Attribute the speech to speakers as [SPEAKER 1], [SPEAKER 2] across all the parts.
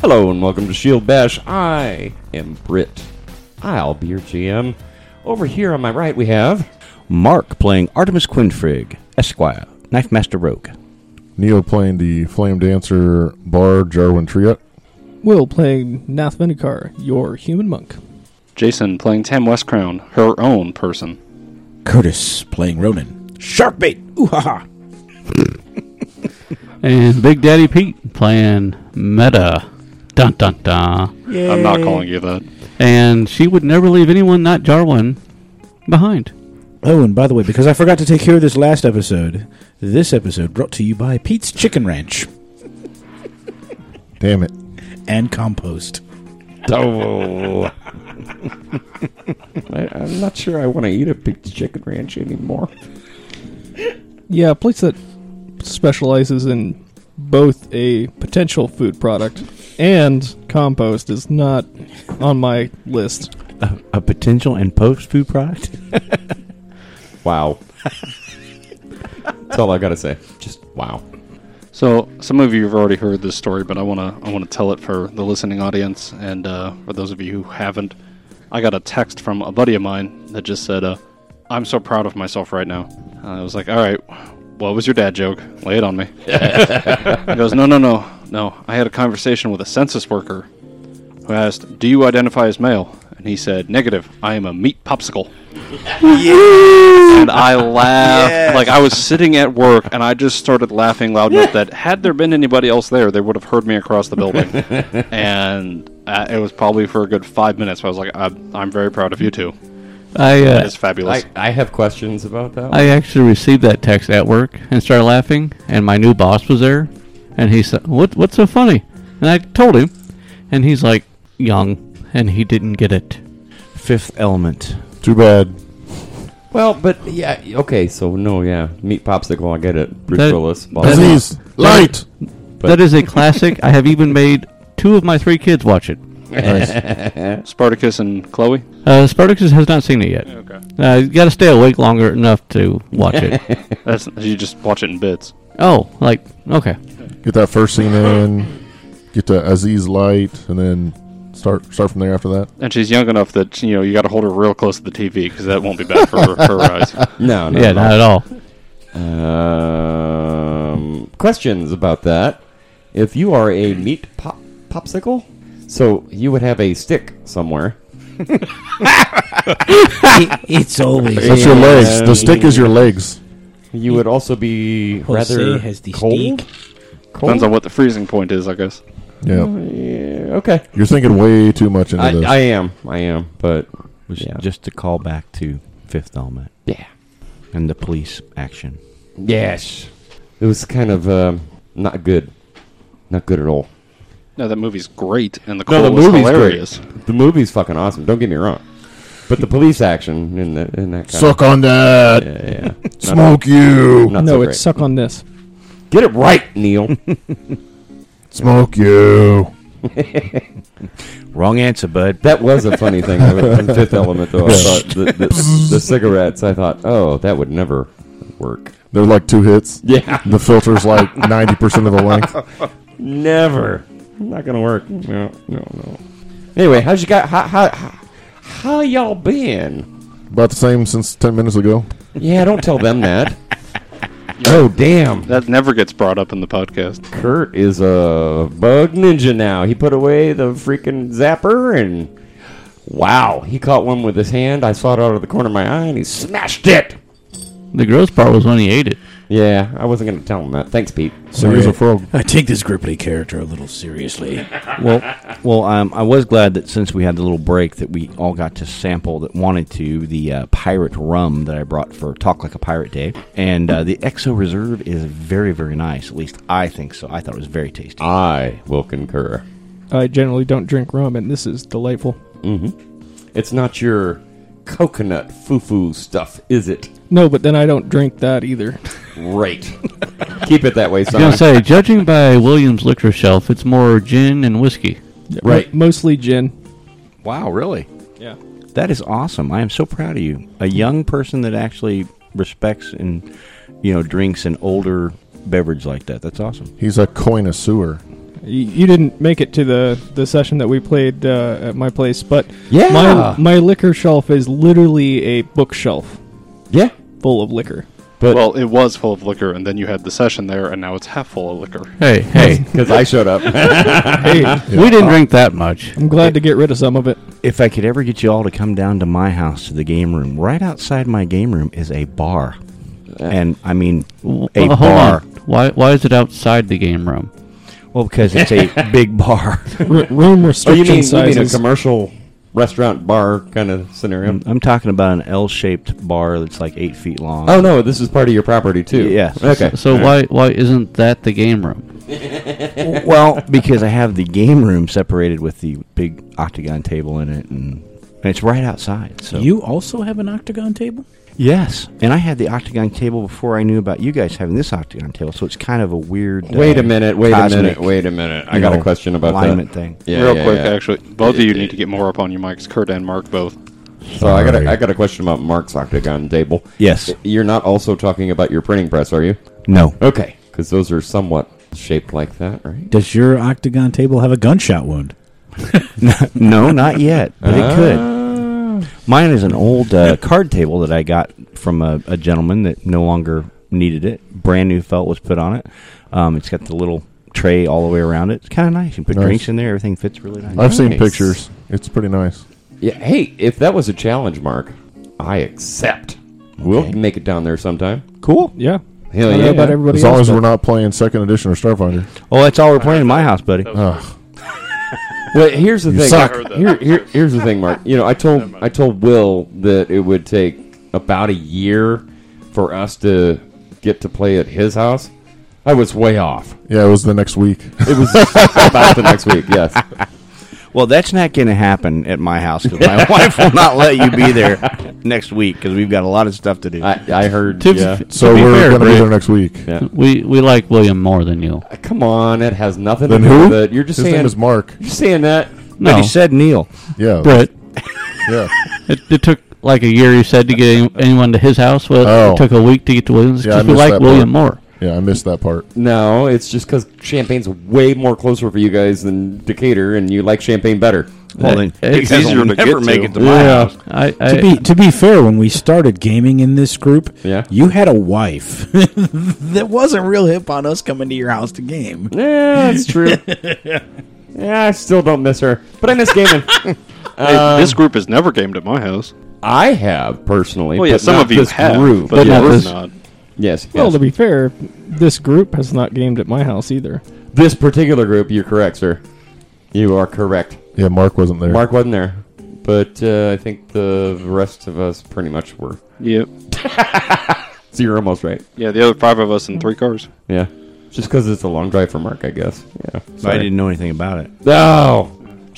[SPEAKER 1] Hello and welcome to Shield Bash. I am Britt. I'll be your GM. Over here on my right we have
[SPEAKER 2] Mark playing Artemis Quinfrig, Esquire, Knife Master Rogue.
[SPEAKER 3] Neo playing the Flame Dancer Bard Jarwin Triot.
[SPEAKER 4] Will playing Nath Venikar, your human monk.
[SPEAKER 5] Jason playing Tam Westcrown, her own person.
[SPEAKER 6] Curtis playing Ronan. Sharkbait! Ooh ha ha!
[SPEAKER 7] And Big Daddy Pete playing Meta. Dun dun dun.
[SPEAKER 5] I'm not calling you that.
[SPEAKER 7] And she would never leave anyone not Jarwin behind.
[SPEAKER 6] Oh, and by the way, because I forgot to take care of this last episode, this episode brought to you by Pete's Chicken Ranch
[SPEAKER 3] Damn it.
[SPEAKER 6] and Compost.
[SPEAKER 7] Oh.
[SPEAKER 1] Dovo. I, I'm not sure I want to eat a big chicken ranch anymore.
[SPEAKER 4] Yeah, a place that specializes in both a potential food product and compost is not on my list.
[SPEAKER 2] A, a potential and post food product?
[SPEAKER 1] Wow. That's all I gotta say. Just wow.
[SPEAKER 5] So some of you have already heard this story, but I wanna I wanna tell it for the listening audience and uh, for those of you who haven't. I got a text from a buddy of mine that just said, uh, "I'm so proud of myself right now." Uh, I was like, "All right, what was your dad joke? Lay it on me." he goes, "No, no, no, no. I had a conversation with a census worker who asked, "Do you identify as male?" And he said, "Negative. I am a meat popsicle." and I laughed. Like I was sitting at work, and I just started laughing loud enough that had there been anybody else there, they would have heard me across the building. and uh, it was probably for a good five minutes. I was like, I'm, I'm very proud of you two.
[SPEAKER 7] I uh,
[SPEAKER 5] It's fabulous.
[SPEAKER 1] I, I have questions about that.
[SPEAKER 7] I actually received that text at work and started laughing. And my new boss was there, and he said, "What what's so funny?" And I told him, and he's like, "Young," and he didn't get it.
[SPEAKER 2] Fifth element.
[SPEAKER 3] Too bad.
[SPEAKER 1] well, but yeah, okay, so no, yeah, meat popsicle, I get it. Bruce
[SPEAKER 7] That-
[SPEAKER 1] Willis, blah, blah,
[SPEAKER 7] that-
[SPEAKER 1] blah.
[SPEAKER 3] Disease. Light.
[SPEAKER 1] But-
[SPEAKER 7] that is a classic. I have even made two of my three kids watch it.
[SPEAKER 5] Spartacus and Chloe.
[SPEAKER 7] Uh, Spartacus has not seen it yet.
[SPEAKER 5] Okay.
[SPEAKER 7] Uh, you got to stay awake longer enough to watch it.
[SPEAKER 5] That's you just watch it in bits.
[SPEAKER 7] Oh, like okay.
[SPEAKER 3] Get that first scene in. Get to Aziz Light, and then start start from there after that.
[SPEAKER 5] And she's young enough that you know you got to hold her real close to the TV because that won't be bad for her, her eyes.
[SPEAKER 1] no, no,
[SPEAKER 7] yeah,
[SPEAKER 1] no.
[SPEAKER 7] not at all.
[SPEAKER 1] Um, questions about that? If you are a meat pop popsicle, so you would have a stick somewhere.
[SPEAKER 6] it's always.
[SPEAKER 3] That's your legs. The stick is your legs.
[SPEAKER 1] You would also be
[SPEAKER 6] Jose
[SPEAKER 1] rather
[SPEAKER 6] has the
[SPEAKER 1] cold.
[SPEAKER 5] Depends
[SPEAKER 1] Cold.
[SPEAKER 5] on what the freezing point is, I guess.
[SPEAKER 3] Yeah.
[SPEAKER 1] Yeah, okay,
[SPEAKER 3] You're thinking way too much into
[SPEAKER 1] I,
[SPEAKER 3] this.
[SPEAKER 1] I am, I am, but
[SPEAKER 2] Which,
[SPEAKER 1] Yeah.
[SPEAKER 2] Just to call back to fifth element
[SPEAKER 1] yeah,
[SPEAKER 2] and the police action.
[SPEAKER 1] yes, it was kind of um, not good, not good at all.
[SPEAKER 5] No, that movie's great, and the
[SPEAKER 1] No,
[SPEAKER 5] cold
[SPEAKER 1] the
[SPEAKER 5] was
[SPEAKER 1] movie's
[SPEAKER 5] hilarious.
[SPEAKER 1] great. The movie's fucking awesome. Don't get me wrong, but the police action in that in that kind
[SPEAKER 3] Suck on that.
[SPEAKER 1] of, yeah, yeah. Not-
[SPEAKER 3] Smoke you.
[SPEAKER 1] not
[SPEAKER 4] no,
[SPEAKER 1] so
[SPEAKER 4] it's
[SPEAKER 1] great.
[SPEAKER 4] suck on this.
[SPEAKER 1] Get it right, Neil.
[SPEAKER 3] Smoke you.
[SPEAKER 2] Wrong answer, bud.
[SPEAKER 1] that was a funny thing. The Fifth Element, though, I thought the, the, the cigarettes. I thought, oh, that would never work.
[SPEAKER 3] They're like two hits.
[SPEAKER 1] Yeah,
[SPEAKER 3] The filter's like 90% of the length.
[SPEAKER 1] never. Not gonna work. No, no, no. Anyway, how's you got? How how how, how y'all been?
[SPEAKER 3] About the same since 10 minutes ago.
[SPEAKER 1] Yeah, don't tell them that. Oh damn!
[SPEAKER 5] That never gets brought up in the podcast.
[SPEAKER 1] Kurt is a bug ninja now. He put away the freaking zapper and wow, he caught one with his hand. I saw it out of the corner of my eye, and he smashed it.
[SPEAKER 7] The gross part was when he ate it.
[SPEAKER 1] Yeah, I wasn't gonna tell him that. Thanks, Pete.
[SPEAKER 3] So here's a frog.
[SPEAKER 6] I take this Gripply character a little seriously.
[SPEAKER 2] Well, well, um, I was glad that since we had the little break that we all got to sample that wanted to the uh, pirate rum that I brought for Talk Like a Pirate Day, and uh, the Exo Reserve is very, very nice. At least I think so. I thought it was very tasty.
[SPEAKER 1] I will concur.
[SPEAKER 4] I generally don't drink rum, and this is delightful.
[SPEAKER 1] It's not your coconut foo-foo stuff, is it?
[SPEAKER 4] No, but then I don't drink that either.
[SPEAKER 1] Right. Keep it that way,
[SPEAKER 7] I was
[SPEAKER 1] son.
[SPEAKER 7] gonna say, judging by Williams' liquor shelf, it's more gin and whiskey.
[SPEAKER 1] Right.
[SPEAKER 4] M- mostly gin.
[SPEAKER 2] Wow, really?
[SPEAKER 4] Yeah.
[SPEAKER 2] That is awesome. I am so proud of you. A young person that actually respects and you know drinks an older beverage like that. That's awesome.
[SPEAKER 3] He's a coin a sewer.
[SPEAKER 4] Y- You didn't make it to the, the session that we played uh, at my place, but
[SPEAKER 1] Yeah.
[SPEAKER 4] my my liquor shelf is literally a bookshelf
[SPEAKER 1] yeah.
[SPEAKER 4] full of liquor.
[SPEAKER 1] But
[SPEAKER 5] well, it was full of liquor, and then you had the session there, and now it's half full of liquor.
[SPEAKER 7] Hey, hey, Uh,
[SPEAKER 1] because I showed up. Oh,
[SPEAKER 4] Hey, I'm
[SPEAKER 7] we didn't drink that much.
[SPEAKER 4] glad to get rid of some of it.
[SPEAKER 2] If I could ever get you all to come down to my house to the game room, right outside my game room is a bar. And I mean, a
[SPEAKER 7] Uh, hold
[SPEAKER 2] bar.
[SPEAKER 7] on. Why, why is it outside the game room?
[SPEAKER 2] Well, because it's a big bar.
[SPEAKER 4] R- room
[SPEAKER 1] oh, you
[SPEAKER 4] restriction
[SPEAKER 1] mean, you mean a
[SPEAKER 4] sizes.
[SPEAKER 1] commercial restaurant bar kind of scenario?
[SPEAKER 2] I'm talking about an L shaped bar that's like eight feet long.
[SPEAKER 1] Oh no, this is part of your property too.
[SPEAKER 2] Yeah.
[SPEAKER 1] Okay.
[SPEAKER 7] So why why isn't that the game room?
[SPEAKER 1] Oh.
[SPEAKER 2] well, because I have the game room separated with the big octagon table in it, and, and it's right outside. So
[SPEAKER 6] You also have an octagon table?
[SPEAKER 2] yes, and I had the octagon table before I knew about you guys having this octagon table. So it's kind of a weird. uh,
[SPEAKER 1] Wait a minute. Wait a
[SPEAKER 2] cosmic,
[SPEAKER 1] minute. Wait a minute. I
[SPEAKER 2] you
[SPEAKER 1] got a
[SPEAKER 2] know,
[SPEAKER 1] question about
[SPEAKER 2] alignment
[SPEAKER 1] that.
[SPEAKER 2] thing.
[SPEAKER 1] Yeah,
[SPEAKER 5] Real
[SPEAKER 1] yeah,
[SPEAKER 5] quick,
[SPEAKER 1] yeah.
[SPEAKER 5] actually, both of you need to get more up on your mics, Kurt and Mark both.
[SPEAKER 1] So I got a, I got a question about Mark's octagon table.
[SPEAKER 2] Yes.
[SPEAKER 1] You're not also talking about your printing press, are you?
[SPEAKER 2] No.
[SPEAKER 1] Okay, because those are somewhat shaped like that, right?
[SPEAKER 6] Does your octagon table have a gunshot wound?
[SPEAKER 2] no, not yet, but it could. Mine is an old uh, card table that I got from a, a gentleman that no longer needed it. Brand new felt was put on it. Um, it's got the little tray all the way around it. It's kind of nice. You can put
[SPEAKER 3] Nice.
[SPEAKER 2] drinks in there. Everything fits really nice.
[SPEAKER 3] I've seen
[SPEAKER 1] Nice.
[SPEAKER 3] pictures. It's pretty nice.
[SPEAKER 1] Yeah. Hey, if that was a challenge, Mark, I accept. We'll
[SPEAKER 2] Okay.
[SPEAKER 1] make it down there sometime.
[SPEAKER 2] Cool.
[SPEAKER 4] yeah.
[SPEAKER 1] Hell
[SPEAKER 4] I don't
[SPEAKER 1] yeah!
[SPEAKER 4] know about everybody
[SPEAKER 3] As long
[SPEAKER 4] else,
[SPEAKER 3] as we're not playing second edition or Starfinder.
[SPEAKER 2] Oh, that's all we're playing in my house, buddy.
[SPEAKER 3] Ugh.
[SPEAKER 1] Well, here's the thing.
[SPEAKER 3] suck.
[SPEAKER 1] Here, here, here's the thing, Mark. You know, I told I told Will that it would take about a year for us to get to play at his house. I was way off.
[SPEAKER 3] Yeah, it was the next week.
[SPEAKER 1] It was about the next week. Yes.
[SPEAKER 2] Well, that's not going to happen at my house because my wife will not let you be there next week because we've got a lot of stuff to do.
[SPEAKER 1] I, I heard.
[SPEAKER 7] Tips-
[SPEAKER 1] yeah.
[SPEAKER 3] So
[SPEAKER 7] be
[SPEAKER 3] we're
[SPEAKER 7] fair,
[SPEAKER 3] going to be
[SPEAKER 7] Rick-
[SPEAKER 3] there next week.
[SPEAKER 7] We we like William more than you.
[SPEAKER 1] Come on, it has nothing
[SPEAKER 3] Then
[SPEAKER 1] to do
[SPEAKER 3] who?
[SPEAKER 1] with it. You're just
[SPEAKER 3] His
[SPEAKER 1] saying
[SPEAKER 3] name is Mark.
[SPEAKER 1] you're saying that.
[SPEAKER 2] But
[SPEAKER 7] No,
[SPEAKER 2] he said Neil.
[SPEAKER 3] Yeah.
[SPEAKER 7] but
[SPEAKER 3] Yeah.
[SPEAKER 7] it, it took like a year. You said to get any- anyone to his house. Well,
[SPEAKER 3] Oh.
[SPEAKER 7] it took a week to get to Williams
[SPEAKER 3] Yeah, I
[SPEAKER 7] because we
[SPEAKER 3] missed
[SPEAKER 7] like
[SPEAKER 3] that
[SPEAKER 7] William more.
[SPEAKER 3] Yeah, I missed that part.
[SPEAKER 1] No, it's just because champagne's way more closer for you guys than Decatur, and you like champagne better.
[SPEAKER 2] Well, then,
[SPEAKER 7] It's
[SPEAKER 2] you guys will
[SPEAKER 5] easier to
[SPEAKER 2] never
[SPEAKER 5] get
[SPEAKER 2] make
[SPEAKER 5] to.
[SPEAKER 2] it to my house.
[SPEAKER 7] I, I
[SPEAKER 6] To be to be fair, when we started gaming in this group,
[SPEAKER 1] Yeah.
[SPEAKER 6] you had a wife that wasn't real hip on us coming to your house to game.
[SPEAKER 1] Yeah, that's true. yeah, I still don't miss her, but I miss gaming.
[SPEAKER 5] Hey, this group has never gamed at my house.
[SPEAKER 1] I have personally.
[SPEAKER 5] Well, yeah,
[SPEAKER 1] but
[SPEAKER 5] some
[SPEAKER 1] not
[SPEAKER 5] of you
[SPEAKER 1] this
[SPEAKER 5] have,
[SPEAKER 1] group.
[SPEAKER 5] but
[SPEAKER 7] not
[SPEAKER 5] yours
[SPEAKER 7] this-
[SPEAKER 5] not.
[SPEAKER 1] yes,
[SPEAKER 4] Well,
[SPEAKER 1] yes.
[SPEAKER 4] to be fair, this group has not gamed at my house either.
[SPEAKER 1] this particular group, you're correct, sir. You are correct.
[SPEAKER 3] Yeah, Mark wasn't there.
[SPEAKER 1] Mark wasn't there, but uh, I think the rest of us pretty much were.
[SPEAKER 5] Yep.
[SPEAKER 1] So you're almost right.
[SPEAKER 5] Yeah, the other five of us in three cars.
[SPEAKER 1] Yeah, just because it's a long drive for Mark, I guess. Yeah,
[SPEAKER 2] I didn't know anything about it.
[SPEAKER 1] No,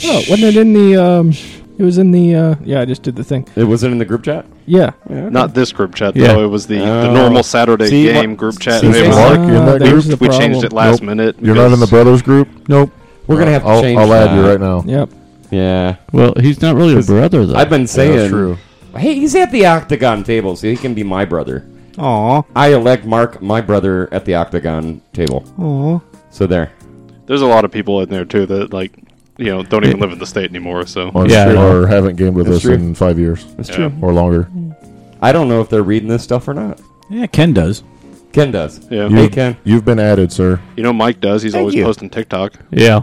[SPEAKER 4] Oh, wasn't it in the? Um, it was in the. Uh, yeah, I just did the thing.
[SPEAKER 1] it wasn't in the group chat.
[SPEAKER 4] Yeah.
[SPEAKER 5] Not this group chat,
[SPEAKER 7] Yeah.
[SPEAKER 5] though. It was the, the
[SPEAKER 1] Oh.
[SPEAKER 5] normal Saturday
[SPEAKER 1] See,
[SPEAKER 5] game
[SPEAKER 1] what-
[SPEAKER 5] group chat.
[SPEAKER 3] see,
[SPEAKER 5] It was
[SPEAKER 3] Mark,
[SPEAKER 5] like,
[SPEAKER 4] Ah,
[SPEAKER 3] you're not-
[SPEAKER 4] there's
[SPEAKER 5] we,
[SPEAKER 4] the
[SPEAKER 5] we changed
[SPEAKER 4] problem.
[SPEAKER 5] it last minute.
[SPEAKER 3] You're not in the
[SPEAKER 5] because-
[SPEAKER 3] brothers group.
[SPEAKER 2] Nope.
[SPEAKER 1] We're gonna have to
[SPEAKER 3] Uh, I'll,
[SPEAKER 1] change.
[SPEAKER 3] I'll add you
[SPEAKER 1] that.
[SPEAKER 3] right now.
[SPEAKER 4] Yep.
[SPEAKER 1] Yeah,
[SPEAKER 7] well, he's not really a brother though.
[SPEAKER 1] I've been saying.
[SPEAKER 3] that's true.
[SPEAKER 1] Hey, he's at the octagon table, so he can be my brother.
[SPEAKER 2] Aw.
[SPEAKER 1] I elect Mark my brother at the octagon table.
[SPEAKER 2] Aw.
[SPEAKER 1] So there.
[SPEAKER 5] There's a lot of people in there, too, that, like, you know, don't even live in the state anymore, so.
[SPEAKER 3] Or,
[SPEAKER 7] Yeah, I know.
[SPEAKER 3] or haven't gamed with
[SPEAKER 1] That's
[SPEAKER 3] us
[SPEAKER 1] true.
[SPEAKER 3] in five years
[SPEAKER 1] That's
[SPEAKER 5] Yeah.
[SPEAKER 1] true.
[SPEAKER 3] or longer.
[SPEAKER 1] I don't know if they're reading this stuff or not.
[SPEAKER 6] Yeah, Ken does.
[SPEAKER 1] Ken does.
[SPEAKER 5] Yeah.
[SPEAKER 1] Hey, Ken.
[SPEAKER 3] You've been added, sir.
[SPEAKER 5] You know, Mike does. He's always
[SPEAKER 2] you.
[SPEAKER 5] posting TikTok.
[SPEAKER 7] yeah,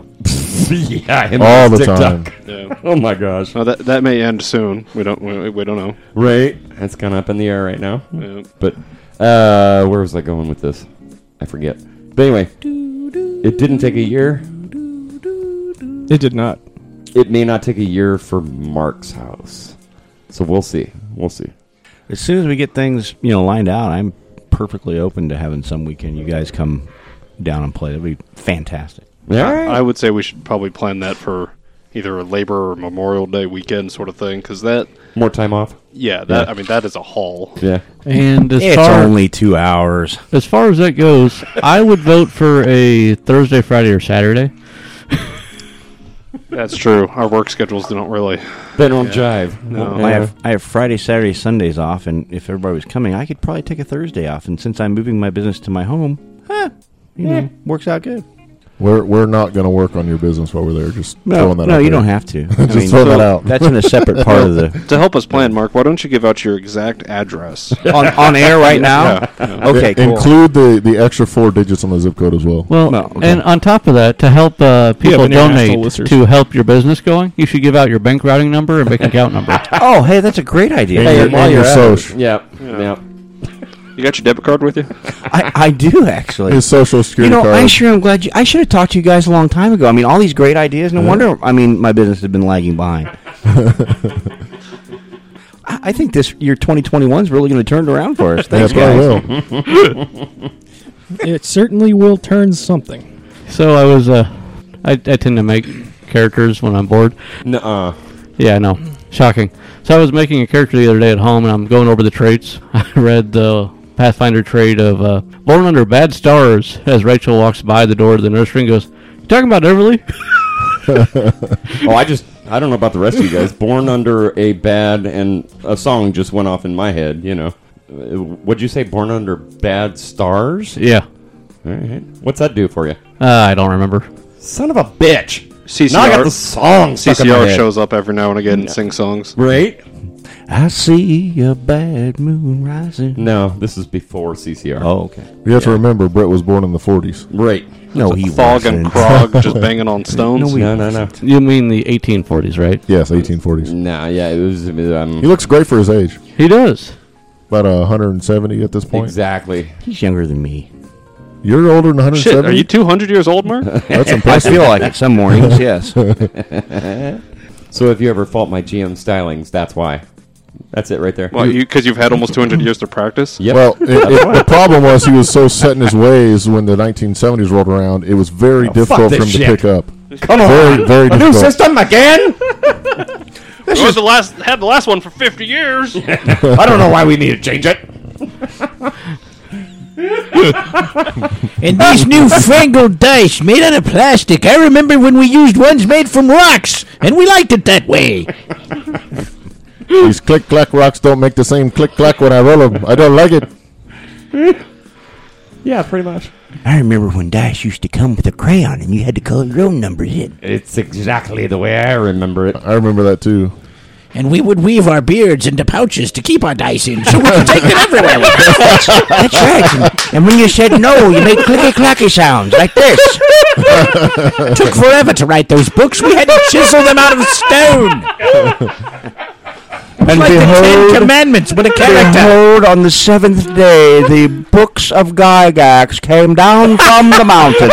[SPEAKER 1] yeah, him
[SPEAKER 3] All
[SPEAKER 1] on
[SPEAKER 3] the
[SPEAKER 1] TikTok.
[SPEAKER 3] time.
[SPEAKER 5] Yeah.
[SPEAKER 1] Oh my gosh.
[SPEAKER 5] Now that that may end soon. We don't we, we don't know.
[SPEAKER 1] Right? That's kind of up in the air right now.
[SPEAKER 5] Yeah.
[SPEAKER 1] But uh, where was I going with this? I forget. But anyway, it didn't take a year.
[SPEAKER 4] It did not.
[SPEAKER 1] It may not take a year for Mark's house. So we'll see. We'll see.
[SPEAKER 2] As soon as we get things, you know, lined out, I'm perfectly open to having some weekend you guys come down and play. That'd be fantastic.
[SPEAKER 1] Yeah, all right.
[SPEAKER 5] I would say we should probably plan that for either a Labor or Memorial Day weekend sort of thing, because that,
[SPEAKER 1] More time off.
[SPEAKER 5] yeah, that I mean that is a haul.
[SPEAKER 1] Yeah.
[SPEAKER 7] and as
[SPEAKER 2] It's
[SPEAKER 7] far
[SPEAKER 2] only two hours.
[SPEAKER 7] as far as that goes, I would vote for a Thursday, Friday, or Saturday.
[SPEAKER 5] That's true. Our work schedules don't really.
[SPEAKER 1] They don't jive.
[SPEAKER 5] No.
[SPEAKER 1] Yeah.
[SPEAKER 2] I have I have Friday, Saturday, Sundays off, and if everybody was coming, I could probably take a Thursday off. And since I'm moving my business to my home, huh, you know, works out good.
[SPEAKER 3] We're we're not going to work on your business while we're there. Just
[SPEAKER 2] No,
[SPEAKER 3] throwing that.
[SPEAKER 2] no,
[SPEAKER 3] out
[SPEAKER 2] you
[SPEAKER 3] there.
[SPEAKER 2] don't have to. I
[SPEAKER 3] Just throw that out.
[SPEAKER 2] That's in a separate part of the
[SPEAKER 5] To help us plan, Mark, why don't you give out your exact address?
[SPEAKER 2] on, on air right now. Okay,
[SPEAKER 3] I-
[SPEAKER 2] cool.
[SPEAKER 3] Include the the extra four digits on the zip code as well.
[SPEAKER 7] Well,
[SPEAKER 2] No, okay.
[SPEAKER 7] and on top of that, to help uh, people
[SPEAKER 4] international
[SPEAKER 7] donate
[SPEAKER 4] listeners.
[SPEAKER 7] to help your business going, you should give out your bank routing number and bank account number.
[SPEAKER 2] oh, hey, that's a great idea.
[SPEAKER 3] And your- and your social,
[SPEAKER 1] Yep. Yep.
[SPEAKER 5] You got your debit card with you?
[SPEAKER 2] I, I do actually.
[SPEAKER 3] his social
[SPEAKER 2] You
[SPEAKER 3] security
[SPEAKER 2] know,
[SPEAKER 3] card.
[SPEAKER 2] I sure am glad you. I should have talked to you guys a long time ago. I mean, all these great ideas.
[SPEAKER 3] Uh-huh.
[SPEAKER 2] No wonder. I mean, my business has been lagging behind. I I think this year 2021 is really going to turn it around for us.
[SPEAKER 3] yeah,
[SPEAKER 2] Thanks,
[SPEAKER 3] probably
[SPEAKER 2] guys.
[SPEAKER 3] will.
[SPEAKER 4] It certainly will turn something.
[SPEAKER 7] so I was, uh, I, I tend to make characters when I'm bored.
[SPEAKER 1] Nuh-uh.
[SPEAKER 7] Yeah, I know. Shocking. So I was making a character the other day at home, and I'm going over the traits. I read the Pathfinder trait of uh, born under bad stars as Rachel walks by the door to the nursery and goes, "You talking about Everly?"
[SPEAKER 1] Oh, I just I don't know about the rest of you guys. Born under a bad and a song just went off in my head. You know, Uh, what'd you say? Born under bad stars.
[SPEAKER 7] yeah.
[SPEAKER 1] All right. What's that do for you?
[SPEAKER 7] Uh, I don't remember.
[SPEAKER 1] Son of a bitch.
[SPEAKER 5] CCR.
[SPEAKER 1] Now I got the song stuck in my
[SPEAKER 5] CCR
[SPEAKER 1] head.
[SPEAKER 5] shows up every now and again and sings songs.
[SPEAKER 1] Right?
[SPEAKER 2] I see a bad moon rising.
[SPEAKER 1] No, this is before CCR.
[SPEAKER 2] Oh, okay.
[SPEAKER 3] You have to remember, Brett was born in the 40s.
[SPEAKER 1] Right.
[SPEAKER 2] No, he
[SPEAKER 5] Fog and
[SPEAKER 2] wasn't.
[SPEAKER 5] Krog just banging on stones.
[SPEAKER 2] No, we-
[SPEAKER 1] No, no, no.
[SPEAKER 7] You mean the 1840s, right?
[SPEAKER 3] Yes, 1840s.
[SPEAKER 1] Nah, yeah, it was
[SPEAKER 3] He
[SPEAKER 1] um,
[SPEAKER 3] looks great for his age.
[SPEAKER 7] He does.
[SPEAKER 3] About uh, 170 at this point.
[SPEAKER 1] exactly.
[SPEAKER 2] He's younger than me.
[SPEAKER 3] You're older than
[SPEAKER 5] Shit,
[SPEAKER 3] 170.
[SPEAKER 5] are you 200 years old, Mark?
[SPEAKER 3] That's
[SPEAKER 2] I
[SPEAKER 3] impressive.
[SPEAKER 2] feel like it some mornings. Yes.
[SPEAKER 1] So if you ever fault my GM stylings, that's why. That's it right there.
[SPEAKER 5] Well, you because you've had almost 200 years to practice.
[SPEAKER 1] Yep.
[SPEAKER 3] Well, it, it, the problem was he was so set in his ways when the 1970s rolled around. It was very difficult for
[SPEAKER 1] this
[SPEAKER 3] him to
[SPEAKER 1] shit.
[SPEAKER 3] pick up.
[SPEAKER 1] come
[SPEAKER 3] Very, very
[SPEAKER 1] a new
[SPEAKER 3] difficult.
[SPEAKER 1] system again?
[SPEAKER 5] This was the last had the last one for 50 years.
[SPEAKER 1] I don't know why we need to change it.
[SPEAKER 6] And these newfangled dice made out of plastic. I remember when we used ones made from rocks, and we liked it that way.
[SPEAKER 3] These click clack rocks don't make the same click clack when I roll them. I don't like it.
[SPEAKER 1] Yeah, pretty much.
[SPEAKER 2] I remember when dice used to come with a crayon and you had to color your own numbers in.
[SPEAKER 1] It's exactly the way I remember it.
[SPEAKER 3] I remember that too.
[SPEAKER 6] And we would weave our beards into pouches to keep our dice in, so we could take them everywhere. with us.
[SPEAKER 2] That's right. And- And when you said no, you made clicky clacky sounds like this.
[SPEAKER 6] Took forever to write those books. We had to chisel them out of stone.
[SPEAKER 2] And
[SPEAKER 6] like the Ten
[SPEAKER 7] Oh.
[SPEAKER 2] behold,
[SPEAKER 6] Commandments with a character.
[SPEAKER 2] behold, on the seventh day, the books of Gygax came down from the mountain.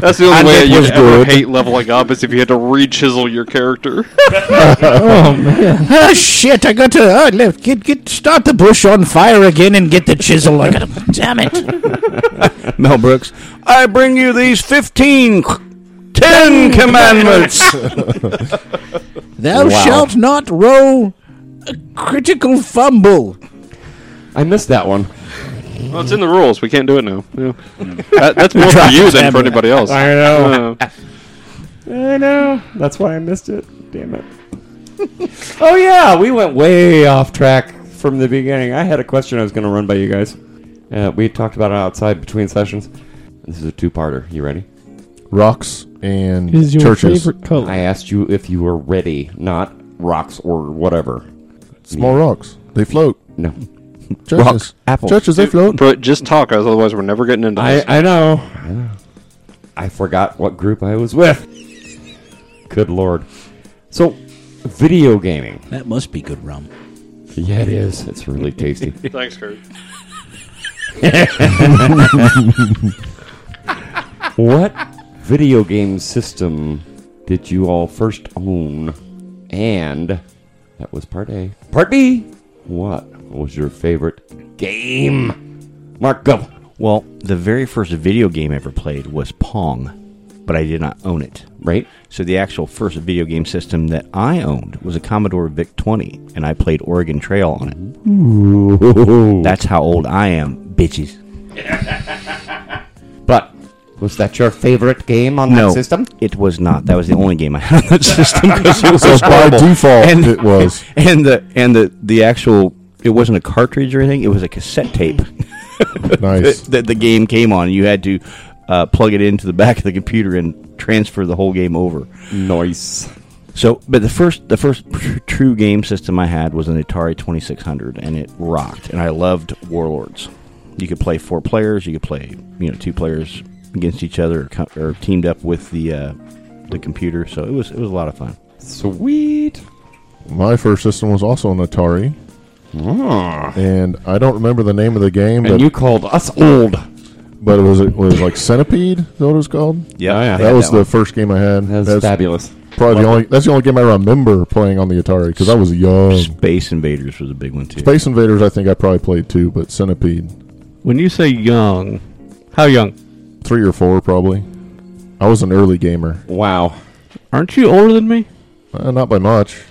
[SPEAKER 5] That's the only
[SPEAKER 2] And
[SPEAKER 5] way
[SPEAKER 2] it
[SPEAKER 5] you
[SPEAKER 2] was
[SPEAKER 5] could ever
[SPEAKER 2] good.
[SPEAKER 5] hate leveling up is if you had to re-chisel your character.
[SPEAKER 6] Oh shit! I got to oh, left. Get get start the bush on fire again and get the chisel. I got to. Damn it!
[SPEAKER 2] Mel Brooks, I bring you these fifteen, ten commandments.
[SPEAKER 6] Thou
[SPEAKER 2] Wow.
[SPEAKER 6] shalt not roll a critical fumble.
[SPEAKER 1] I missed that one.
[SPEAKER 5] well, it's in the rules. We can't do it now. Yeah. That, that's more for you than for anybody else. Uh, I know.
[SPEAKER 1] I know. That's why I missed it. Damn it. oh yeah, we went way off track from the beginning. I had a question I was going to run by you guys. Uh, we talked about it outside between sessions. This is a two-parter. You ready?
[SPEAKER 3] Rocks and
[SPEAKER 4] Is your
[SPEAKER 3] churches.
[SPEAKER 4] favorite color?
[SPEAKER 1] I asked you if you were ready, not rocks or whatever.
[SPEAKER 3] Small rocks. They float.
[SPEAKER 1] No.
[SPEAKER 3] Churches.
[SPEAKER 2] Rocks, apples.
[SPEAKER 3] Churches, they float.
[SPEAKER 5] but just talk, as otherwise we're never getting into this.
[SPEAKER 1] I, I know. I know. I forgot what group I was with. Good lord. So, video gaming.
[SPEAKER 6] That must be good rum.
[SPEAKER 1] Yeah, it is. It's really tasty.
[SPEAKER 5] Thanks, Kurt.
[SPEAKER 1] what video game system did you all first own? And that was part A. Part B. What was your favorite game? Mark, go.
[SPEAKER 2] Well, the very first video game I ever played was Pong, but I did not own it.
[SPEAKER 1] Right?
[SPEAKER 2] So the actual first video game system that I owned was a Commodore VIC 20, and I played Oregon Trail on it. That's how old I am, bitches.
[SPEAKER 1] But was that your favorite game on
[SPEAKER 2] No,
[SPEAKER 1] that system?
[SPEAKER 2] it was not. That was the only game I had on that system. 'cause it was
[SPEAKER 3] So by
[SPEAKER 2] horrible.
[SPEAKER 3] default,
[SPEAKER 2] And-
[SPEAKER 3] it was.
[SPEAKER 2] And the and the the actual it wasn't a cartridge or anything. It was a cassette tape
[SPEAKER 3] Nice.
[SPEAKER 2] that the game came on. You had to. uh, uh, plug it into the back of the computer, and transfer the whole game over.
[SPEAKER 1] Nice.
[SPEAKER 2] So, but the first the first tr- true game system I had was an Atari 2600, and it rocked. And I loved Warlords. You could play four players. You could play you know two players against each other, or, co- or teamed up with the uh, the computer. So it was it was a lot of fun.
[SPEAKER 1] Sweet.
[SPEAKER 3] My first system was also an Atari,
[SPEAKER 1] Ah.
[SPEAKER 3] and I don't remember the name of the game, but,
[SPEAKER 1] And you called us old.
[SPEAKER 3] but it was it was like Centipede. Is that what it was called?
[SPEAKER 2] Yeah,
[SPEAKER 1] Oh, yeah.
[SPEAKER 2] they
[SPEAKER 3] that
[SPEAKER 2] had
[SPEAKER 3] was the
[SPEAKER 2] one.
[SPEAKER 3] first game I had.
[SPEAKER 1] That's, fabulous.
[SPEAKER 3] probably the only. That's the only game I remember playing on the Atari because I was young.
[SPEAKER 2] Space Invaders was a big one too.
[SPEAKER 3] Space Invaders, I think I probably played too, but Centipede
[SPEAKER 7] When you say young, how young?
[SPEAKER 3] three or four probably. I was an early gamer,
[SPEAKER 1] Wow.
[SPEAKER 7] Aren't you older than me?
[SPEAKER 3] uh, not by much.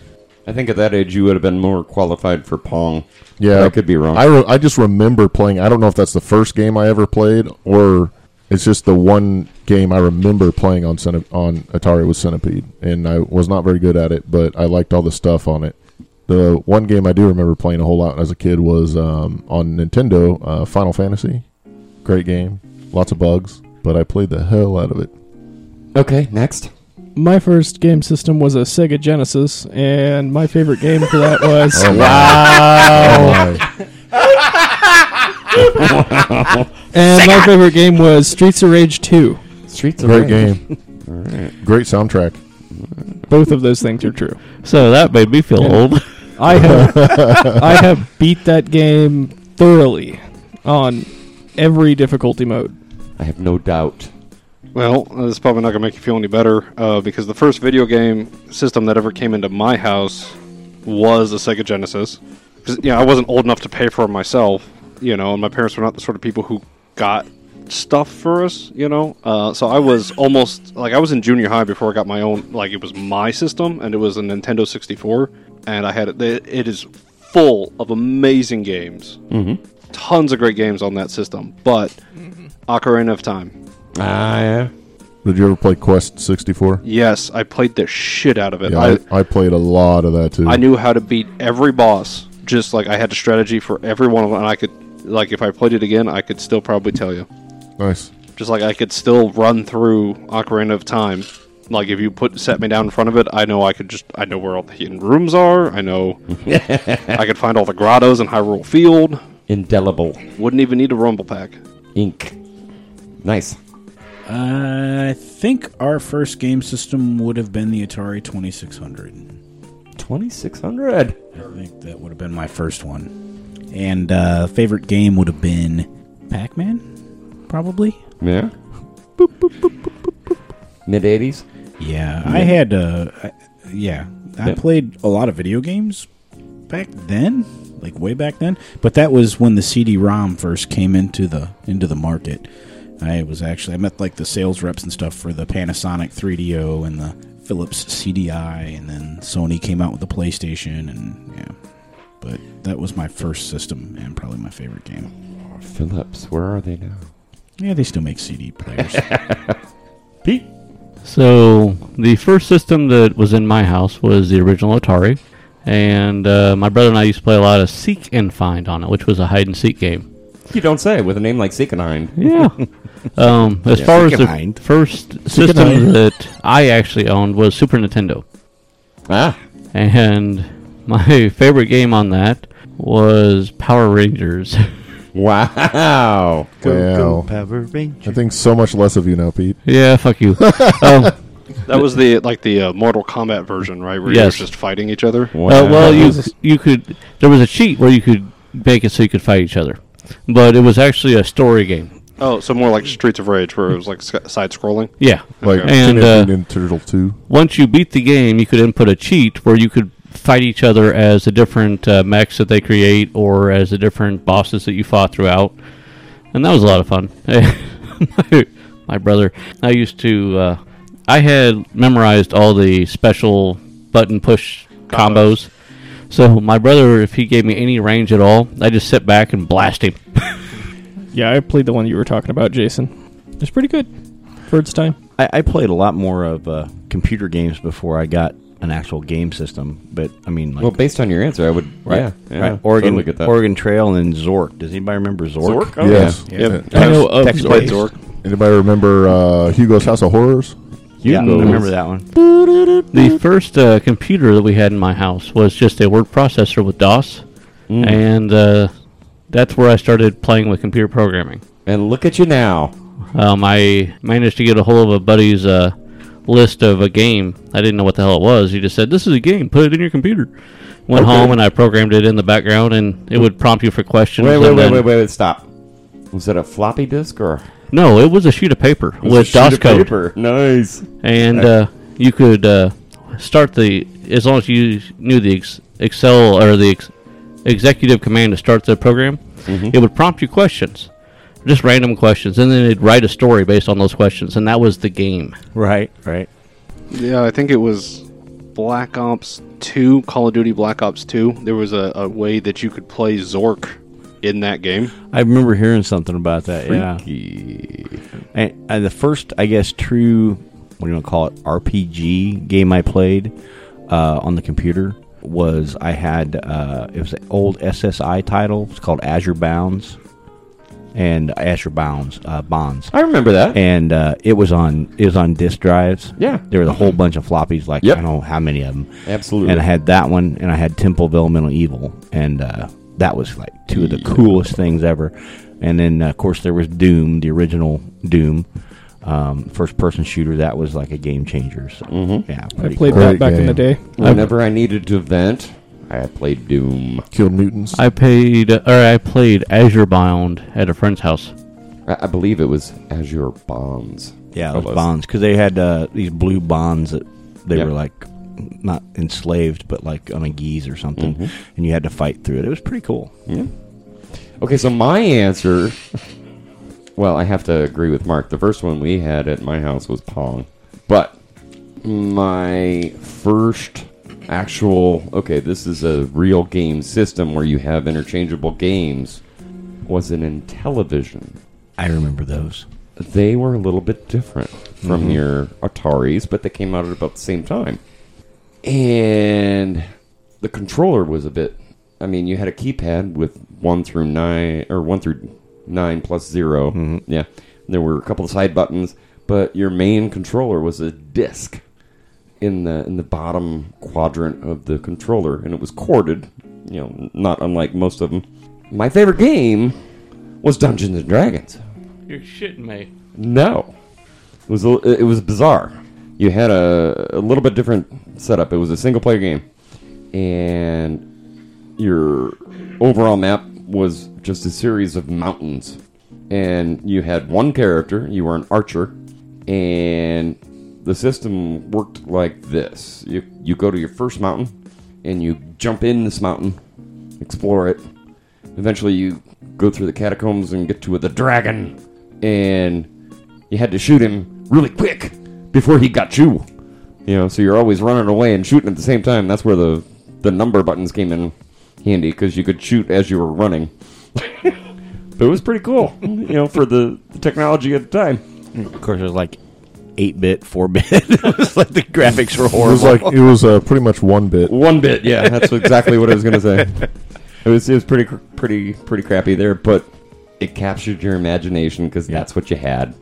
[SPEAKER 1] I think at that age you would have been more qualified for Pong.
[SPEAKER 3] Yeah,
[SPEAKER 1] I could be wrong.
[SPEAKER 3] I, re- I just remember playing. I don't know if that's the first game I ever played, or it's just the one game I remember playing on Centip- on Atari was Centipede, and I was not very good at it, but I liked all the stuff on it. The one game I do remember playing a whole lot as a kid was um, on Nintendo, uh, Final Fantasy. Great game, lots of bugs, but I played the hell out of it.
[SPEAKER 1] okay, next.
[SPEAKER 4] My first game system was a Sega Genesis, and my favorite game for that was
[SPEAKER 3] Oh, Wow!
[SPEAKER 4] and my favorite game was Streets of Rage 2.
[SPEAKER 1] Streets of
[SPEAKER 3] Great
[SPEAKER 1] Rage.
[SPEAKER 3] game, great soundtrack.
[SPEAKER 4] Both of those things are true.
[SPEAKER 7] So that made me feel
[SPEAKER 4] Yeah.
[SPEAKER 7] old.
[SPEAKER 4] I have I have beat that game thoroughly on every difficulty mode.
[SPEAKER 1] I have no doubt.
[SPEAKER 5] Well, this is probably not going to make you feel any better uh, because the first video game system that ever came into my house was a Sega Genesis. 'Cause, you know, I wasn't old enough to pay for it myself, you know, and my parents were not the sort of people who got stuff for us, you know. Uh, so I was almost like I was in junior high before I got my own. Like it was my system, and it was a Nintendo 64, and I had it. It is full of amazing games, mm-hmm. tons of great games on that system. But Ocarina of Time.
[SPEAKER 1] Ah, yeah.
[SPEAKER 3] Did you ever play Quest sixty four?
[SPEAKER 5] Yes, I played the shit out of it.
[SPEAKER 3] Yeah,
[SPEAKER 5] I,
[SPEAKER 3] I, I played a lot of that too.
[SPEAKER 5] I knew how to beat every boss. Just like I had a strategy for every one of them, and I could, like, if I played it again, I could still probably tell you.
[SPEAKER 3] Nice.
[SPEAKER 5] Just like I could still run through Ocarina of Time. Like if you put set me down in front of it, I know I could just I know where all the hidden rooms are. I know I could find all the grottos in Hyrule Field.
[SPEAKER 1] Indelible.
[SPEAKER 5] Wouldn't even need a rumble pack.
[SPEAKER 1] Ink. Nice.
[SPEAKER 6] I think our first game system would have been the Atari 2600.
[SPEAKER 1] 2600.
[SPEAKER 6] I think that would have been my first one. And uh, favorite game would have been Pac Man, probably.
[SPEAKER 1] Yeah. Mid 80s.
[SPEAKER 6] Yeah, I had. Uh, I, yeah, I
[SPEAKER 1] Yeah.
[SPEAKER 6] played a lot of video games back then, like way back then. But that was when the CD-ROM first came into the into the market. I was actually I met like the sales reps and stuff for the Panasonic 3DO and the Philips CDI, and then Sony came out with the PlayStation, and yeah. But that was my first system and probably my favorite game.
[SPEAKER 1] Phillips, where are they now?
[SPEAKER 6] Yeah, they still make CD players.
[SPEAKER 1] Pete.
[SPEAKER 7] So the first system that was in my house was the original Atari, and uh, my brother and I used to play a lot of Seek and Find on it, which was a hide and seek game.
[SPEAKER 1] You don't say with a name like Seekenheim.
[SPEAKER 7] Yeah. um, as far as
[SPEAKER 2] Seek
[SPEAKER 7] the
[SPEAKER 2] and Find.
[SPEAKER 7] first system that I actually owned was Super Nintendo,
[SPEAKER 1] Ah.
[SPEAKER 7] and my favorite game on that was Power Rangers.
[SPEAKER 1] Wow.
[SPEAKER 3] Wow. I think so much less of you now, Pete.
[SPEAKER 7] yeah, fuck you. um,
[SPEAKER 5] That was the like the uh, Mortal Kombat version, right? Where
[SPEAKER 7] Yes.
[SPEAKER 5] you're just fighting each other.
[SPEAKER 7] Uh, well, you you could there was a cheat where you could make it so you could fight each other, but it was actually a story game.
[SPEAKER 5] Oh, so more like Streets of Rage, where it was like side scrolling.
[SPEAKER 7] Yeah,
[SPEAKER 3] Like
[SPEAKER 5] Okay.
[SPEAKER 7] And,
[SPEAKER 3] Teenage
[SPEAKER 7] uh,
[SPEAKER 3] Mutant Ninja Turtle Two.
[SPEAKER 7] once you beat the game, you could input a cheat where you could fight each other as the different uh, mechs that they create or as the different bosses that you fought throughout. And that was a lot of fun. my, my brother, I used to, uh, I had memorized all the special button push combos. So my brother, if he gave me any range at all, I just sit back and blast him.
[SPEAKER 4] Yeah, I played the one you were talking about, Jason. It's pretty good. First time.
[SPEAKER 2] I, I played a lot more of uh, computer games before I got an actual game system. But I mean, like
[SPEAKER 1] Well, based on your answer, I would.
[SPEAKER 2] right,
[SPEAKER 1] Oh, Yeah. yeah
[SPEAKER 2] right, Oregon,
[SPEAKER 1] Totally get that.
[SPEAKER 2] Oregon Trail, and Zork. Does anybody remember Zork?
[SPEAKER 1] Zork? Oh,
[SPEAKER 3] yes.
[SPEAKER 5] Yeah.
[SPEAKER 4] I know of
[SPEAKER 2] Text
[SPEAKER 4] Zork.
[SPEAKER 5] Played Zork.
[SPEAKER 3] Anybody remember uh, Hugo's House of Horrors?
[SPEAKER 2] Yeah, I remember that one.
[SPEAKER 1] Mm-hmm.
[SPEAKER 7] The first uh, computer that we had in my house was just a word processor with DOS,
[SPEAKER 1] Mm.
[SPEAKER 7] and uh, that's where I started playing with computer programming.
[SPEAKER 1] And look at you now.
[SPEAKER 7] Um, I managed to get a hold of a buddy's uh, list of a game. I didn't know what the hell it was. He just said, "This is a game. Put it in your computer." Went home and I programmed it in the background, and it would prompt you for questions.
[SPEAKER 1] Wait, wait,
[SPEAKER 7] and
[SPEAKER 1] wait,
[SPEAKER 7] then-
[SPEAKER 1] wait, wait, wait, stop. Was it a floppy disk or
[SPEAKER 7] No, it was a sheet of paper
[SPEAKER 1] It was a
[SPEAKER 7] with
[SPEAKER 1] sheet
[SPEAKER 7] DOS
[SPEAKER 1] of
[SPEAKER 7] code.
[SPEAKER 1] paper. Nice.
[SPEAKER 7] and uh, you could uh, start the as long as you knew the ex- Excel or the ex- executive command to start the program. It would prompt you questions, just random questions, and then it'd write a story based on those questions, and that was the game.
[SPEAKER 2] Right, right.
[SPEAKER 5] Yeah, I think it was Black Ops 2, Call of Duty Black Ops 2. There was a, a way that you could play Zork in that game.
[SPEAKER 2] I remember hearing something about that. Yeah. And, and the first, I guess, true, what do you want to call it, RPG game I played uh, on the computer was I had uh, it was an old SSI title. It's called Azure Bounds, and Azure Bounds uh, Bonds.
[SPEAKER 1] I remember that.
[SPEAKER 2] and uh, it was on it was on disk drives.
[SPEAKER 1] Yeah.
[SPEAKER 2] there was a whole bunch of floppies, like
[SPEAKER 1] Yep.
[SPEAKER 2] I don't know how many of them.
[SPEAKER 1] Absolutely.
[SPEAKER 2] And I had that one, and I had Templeville Mental Evil, and uh, that was like two of the coolest things ever. And then uh, of course there was Doom, the original Doom, um, first person shooter. That was like a game changer. So,
[SPEAKER 1] Mm-hmm.
[SPEAKER 2] Yeah,
[SPEAKER 4] I
[SPEAKER 2] pretty
[SPEAKER 4] played
[SPEAKER 3] cool.
[SPEAKER 4] that back in the day.
[SPEAKER 3] Great
[SPEAKER 1] Whenever I needed to vent, I played Doom.
[SPEAKER 3] Killed mutants.
[SPEAKER 7] I paid or I played Azure Bound at a friend's house.
[SPEAKER 1] I, I believe it was Azure Bonds.
[SPEAKER 2] Yeah,
[SPEAKER 1] It
[SPEAKER 2] those
[SPEAKER 1] was.
[SPEAKER 2] bonds because they had uh, these blue bonds that they
[SPEAKER 1] Yep.
[SPEAKER 2] were like not enslaved, but like on a geese or something,
[SPEAKER 1] Mm-hmm.
[SPEAKER 2] and you had to fight through it. It was pretty cool.
[SPEAKER 1] Okay, so my answer. Well, I have to agree with Mark. The first one we had at my house was Pong. But my first actual. Okay, this is a real game system where you have interchangeable games. Was an Intellivision.
[SPEAKER 2] I remember those.
[SPEAKER 1] They were a little bit different from your Ataris, but they came out at about the same time. And the controller was a bit. I mean, you had a keypad with one through nine or one through nine plus 0 Yeah, and there were a couple of side buttons, but your main controller was a disc in the in the bottom quadrant of the controller, and it was corded. You know, not unlike most of them. My favorite game was Dungeons and Dragons.
[SPEAKER 7] You're shitting me.
[SPEAKER 1] No, it was a, it was bizarre. You had a, a little bit different setup. It was a single player game, and your overall map was just a series of mountains. And you had one character. You were an archer, and the system worked like this: you you go to your first mountain, and you jump in this mountain, explore it. Eventually, you go through the catacombs and get to the dragon, and you had to shoot him really quick before he got you. You know, so you're always running away and shooting at the same time. That's where the the number buttons came in handy because you could shoot as you were running. but it was pretty cool, you know, for the, the technology at the time.
[SPEAKER 2] Of course, it was like eight bit, four bit. it was like the graphics were
[SPEAKER 3] It
[SPEAKER 2] horrible.
[SPEAKER 3] was like it was uh, pretty much one bit.
[SPEAKER 1] One bit, yeah, that's exactly what I was gonna say. It was it was pretty cr- pretty pretty crappy there, but it captured your imagination because that's what you had.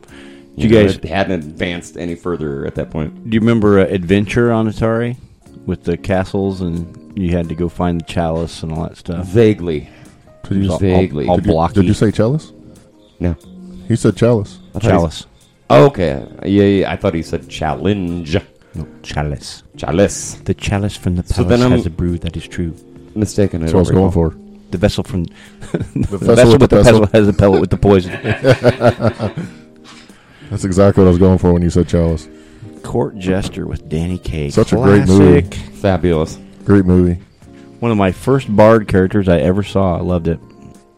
[SPEAKER 1] You,
[SPEAKER 2] You
[SPEAKER 1] know,
[SPEAKER 2] guys-
[SPEAKER 1] it hadn't advanced any further at that point.
[SPEAKER 2] Do you remember uh, Adventure on Atari with the castles and you had to go find the chalice and all that stuff?
[SPEAKER 1] Vaguely,
[SPEAKER 3] Did you,
[SPEAKER 2] All- all-
[SPEAKER 1] vaguely.
[SPEAKER 2] all
[SPEAKER 1] Did
[SPEAKER 3] you-
[SPEAKER 2] blocky.
[SPEAKER 3] did you say chalice?
[SPEAKER 1] no.
[SPEAKER 3] He said chalice.
[SPEAKER 1] I thought he-
[SPEAKER 2] chalice?
[SPEAKER 1] Okay. Yeah, yeah, I thought he said challenge.
[SPEAKER 2] No, chalice.
[SPEAKER 1] Chalice.
[SPEAKER 2] The chalice from the palace
[SPEAKER 1] So then I'm-
[SPEAKER 2] has a brew that is true.
[SPEAKER 1] Mistaken.
[SPEAKER 3] That's what I was going for.
[SPEAKER 2] The vessel from the,
[SPEAKER 3] vessel
[SPEAKER 2] vessel
[SPEAKER 3] with
[SPEAKER 2] with
[SPEAKER 3] the
[SPEAKER 2] the
[SPEAKER 3] vessel.
[SPEAKER 2] pestle has a pellet with the poison.
[SPEAKER 3] That's exactly what I was going for when you said chalice.
[SPEAKER 2] Court Jester with Danny Kaye.
[SPEAKER 3] Such a great movie.
[SPEAKER 2] Classic.
[SPEAKER 1] Fabulous.
[SPEAKER 3] Great movie.
[SPEAKER 2] One of my first bard characters I ever saw. I loved it.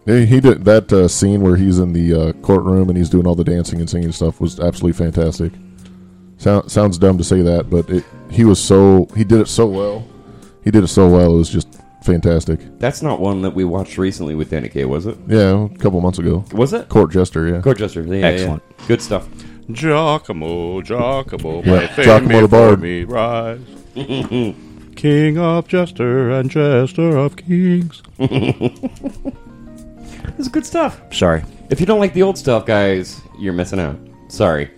[SPEAKER 3] He, he did that uh, scene where he's in the uh, courtroom and he's doing all the dancing and singing stuff was absolutely fantastic. Sound, sounds dumb to say that, but it, he was so he did it so well. He did it so well. It was just fantastic.
[SPEAKER 1] That's not one that we watched recently with Danny Kaye, was it?
[SPEAKER 3] Yeah, a couple months ago.
[SPEAKER 1] Was it?
[SPEAKER 3] Court Jester. Yeah.
[SPEAKER 1] Court Jester. Yeah, yeah, yeah.
[SPEAKER 2] Excellent.
[SPEAKER 1] Good stuff.
[SPEAKER 8] Giacomo, Giacomo,
[SPEAKER 3] Yeah,
[SPEAKER 8] my fame
[SPEAKER 3] Giacomo the
[SPEAKER 8] before
[SPEAKER 3] Bard.
[SPEAKER 8] me rise. King of Jester and Jester of Kings.
[SPEAKER 1] It's good stuff.
[SPEAKER 2] Sorry.
[SPEAKER 1] If you don't like the old stuff, guys, you're missing out. Sorry.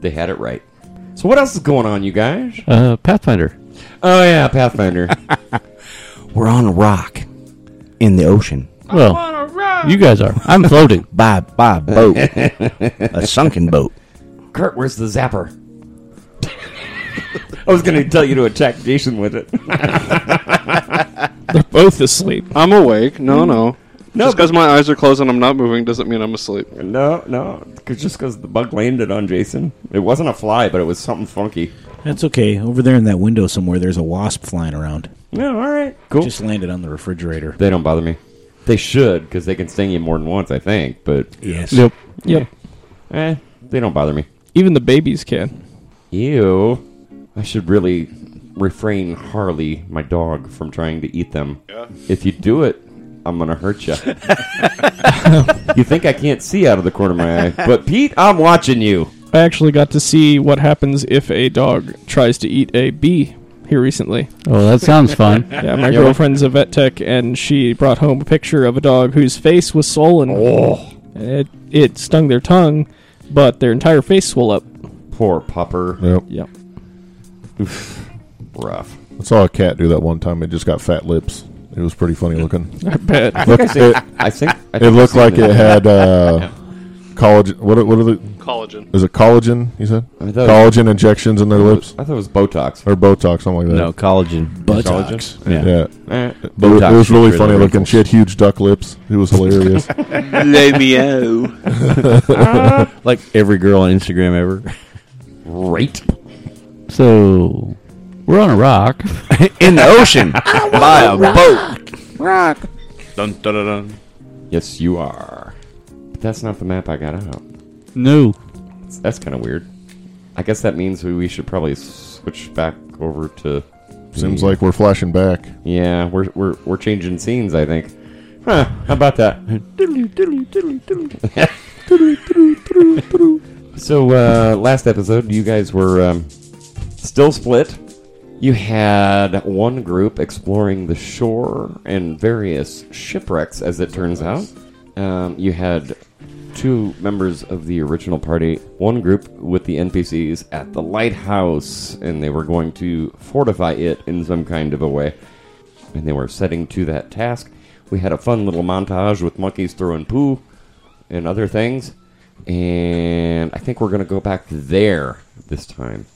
[SPEAKER 1] They had it right. So what else is going on, you guys?
[SPEAKER 7] Uh, Pathfinder.
[SPEAKER 1] Oh yeah, Pathfinder.
[SPEAKER 2] We're on a rock in the ocean
[SPEAKER 7] Well, you guys are. I'm floating.
[SPEAKER 2] by by a boat, a sunken boat.
[SPEAKER 1] Kurt, where's the zapper? I was going to tell you to attack Jason with it.
[SPEAKER 4] They're both asleep.
[SPEAKER 5] I'm awake. No, Mm. no.
[SPEAKER 1] No,
[SPEAKER 5] Just because my eyes are closed and I'm not moving doesn't mean I'm asleep.
[SPEAKER 1] No, no, 'cause- just because the bug landed on Jason. It wasn't a fly, but it was something funky.
[SPEAKER 6] That's okay. Over there in that window somewhere, there's a wasp flying around.
[SPEAKER 1] No, all right, cool.
[SPEAKER 6] Just landed on the refrigerator.
[SPEAKER 1] they don't bother me. They should, because they can sting you more than once, I think. But
[SPEAKER 6] Yes.
[SPEAKER 7] Nope.
[SPEAKER 4] Yep.
[SPEAKER 1] eh, they don't bother me.
[SPEAKER 4] Even the babies can.
[SPEAKER 1] Ew. I should really refrain Harley, my dog, from trying to eat them. If you do it, I'm going to hurt you. you think I can't see out of the corner of my eye. But, Pete, I'm watching you.
[SPEAKER 4] I actually got to see what happens if a dog tries to eat a bee here recently.
[SPEAKER 7] Oh, that sounds fun.
[SPEAKER 4] Yeah, my girlfriend's a vet tech, and she brought home a picture of a dog whose face was swollen. Oh. It, it stung their tongue, but their entire face swelled up.
[SPEAKER 1] Poor pupper.
[SPEAKER 3] Yep.
[SPEAKER 4] Yep.
[SPEAKER 1] Rough.
[SPEAKER 3] I saw a cat do that one time. It just got fat lips. It was pretty funny looking.
[SPEAKER 4] I bet.
[SPEAKER 3] Look, it,
[SPEAKER 1] I think. I
[SPEAKER 3] it
[SPEAKER 1] think
[SPEAKER 3] looked
[SPEAKER 1] I've
[SPEAKER 3] like
[SPEAKER 1] seen
[SPEAKER 3] it
[SPEAKER 1] this.
[SPEAKER 3] had uh, collagen. What are- what are the?
[SPEAKER 5] Collagen.
[SPEAKER 3] Is it collagen? You said
[SPEAKER 1] I thought-
[SPEAKER 3] collagen injections in their lips
[SPEAKER 1] I thought it was Botox.
[SPEAKER 3] or Botox, something like that.
[SPEAKER 2] No collagen.
[SPEAKER 6] Buttocks.
[SPEAKER 2] Yeah.
[SPEAKER 3] Yeah.
[SPEAKER 1] Eh.
[SPEAKER 3] But it- it was
[SPEAKER 2] Botox
[SPEAKER 3] really
[SPEAKER 2] for the
[SPEAKER 3] funny looking.
[SPEAKER 2] wrinkles.
[SPEAKER 3] She had huge duck lips. It was hilarious.
[SPEAKER 2] Like every girl on Instagram ever.
[SPEAKER 1] Great.
[SPEAKER 7] So, we're on a rock.
[SPEAKER 2] in the ocean by a boat.
[SPEAKER 1] Yes, you are. But that's not the map I got out.
[SPEAKER 7] no.
[SPEAKER 1] That's, that's kind of weird. I guess that means we, we should probably switch back over to.
[SPEAKER 3] Seems like we're flashing back.
[SPEAKER 1] Yeah, we're we're we're changing scenes. I think. Huh? How about that? so uh, last episode, you guys were um, still split. You had one group exploring the shore and various shipwrecks, as it turns out. Um, you had two members of the original party, one group with the NPCs at the lighthouse, and they were going to fortify it in some kind of a way and they were setting to that task. We had a fun little montage with monkeys throwing poo and other things, and I think we're going to go back there this time.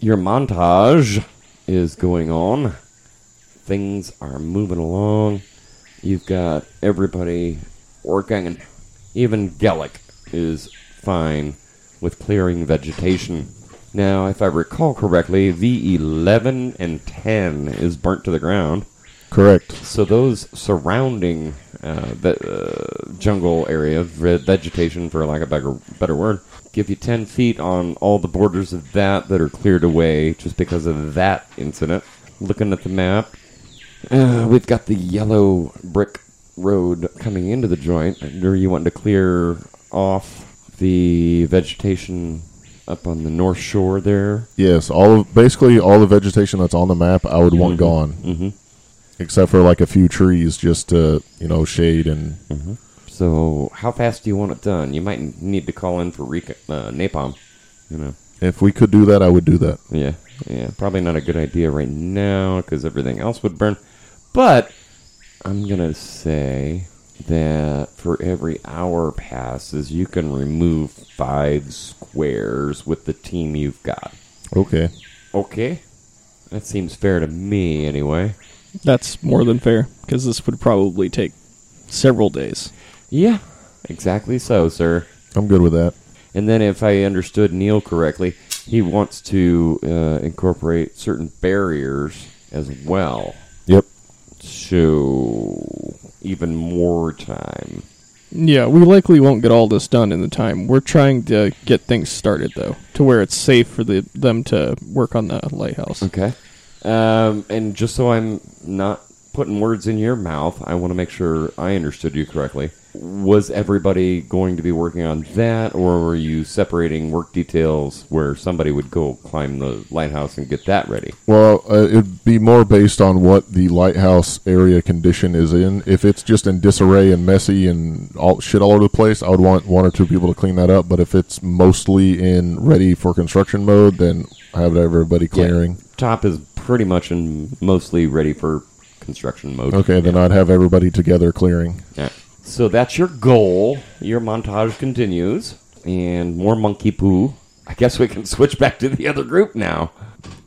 [SPEAKER 1] Your montage is going on. Things are moving along. You've got everybody working, and even Gellick is fine with clearing vegetation. Now, if I recall correctly, the 11 and 10 is burnt to the ground.
[SPEAKER 3] Correct.
[SPEAKER 1] So those surrounding uh, the uh, jungle area, ve- vegetation, for lack of better better word, give you ten feet on all the borders of that that are cleared away just because of that incident. Looking at the map, uh, we've got the yellow brick road coming into the joint. Are you wanting to clear off the vegetation up on the north shore there?
[SPEAKER 3] Yes, all of, basically all the vegetation that's on the map, I would want gone, mm-hmm. except for like a few trees, just to you know shade and
[SPEAKER 1] Mm-hmm. So how fast do you want it done? You might need to call in for rec- uh, napalm. You know.
[SPEAKER 3] if we could do that, I would do that.
[SPEAKER 1] Yeah, yeah. Probably not a good idea right now because everything else would burn. But I'm gonna say that for every hour passes, you can remove five squares with the team you've got.
[SPEAKER 3] Okay,
[SPEAKER 1] Okay, that seems fair to me, anyway.
[SPEAKER 4] That's more than fair, because this would probably take several days.
[SPEAKER 1] Yeah, exactly so, sir.
[SPEAKER 3] I'm good with that.
[SPEAKER 1] And then, if I understood Neil correctly, he wants to uh, incorporate certain barriers as well.
[SPEAKER 3] Yep.
[SPEAKER 1] So, even more time.
[SPEAKER 4] Yeah, we likely won't get all this done in the time. We're trying to get things started, though, to where it's safe for the, them to work on the lighthouse.
[SPEAKER 1] Okay. Um, and just so I'm not putting words in your mouth. I want to make sure I understood you correctly. Was everybody going to be working on that, or were you separating work details where somebody would go climb the lighthouse and get that ready?
[SPEAKER 3] Well, uh, it'd be more based on what the lighthouse area condition is in. If it's just in disarray and messy and all shit all over the place, I would want one or two people to clean that up. But if it's mostly in ready for construction mode, then have everybody clearing.
[SPEAKER 1] Top is pretty much in mostly ready for construction mode.
[SPEAKER 3] Okay, then I'd have everybody together clearing.
[SPEAKER 1] Yeah. So that's your goal. Your montage continues, and more monkey poo. I guess we can switch back to the other group now.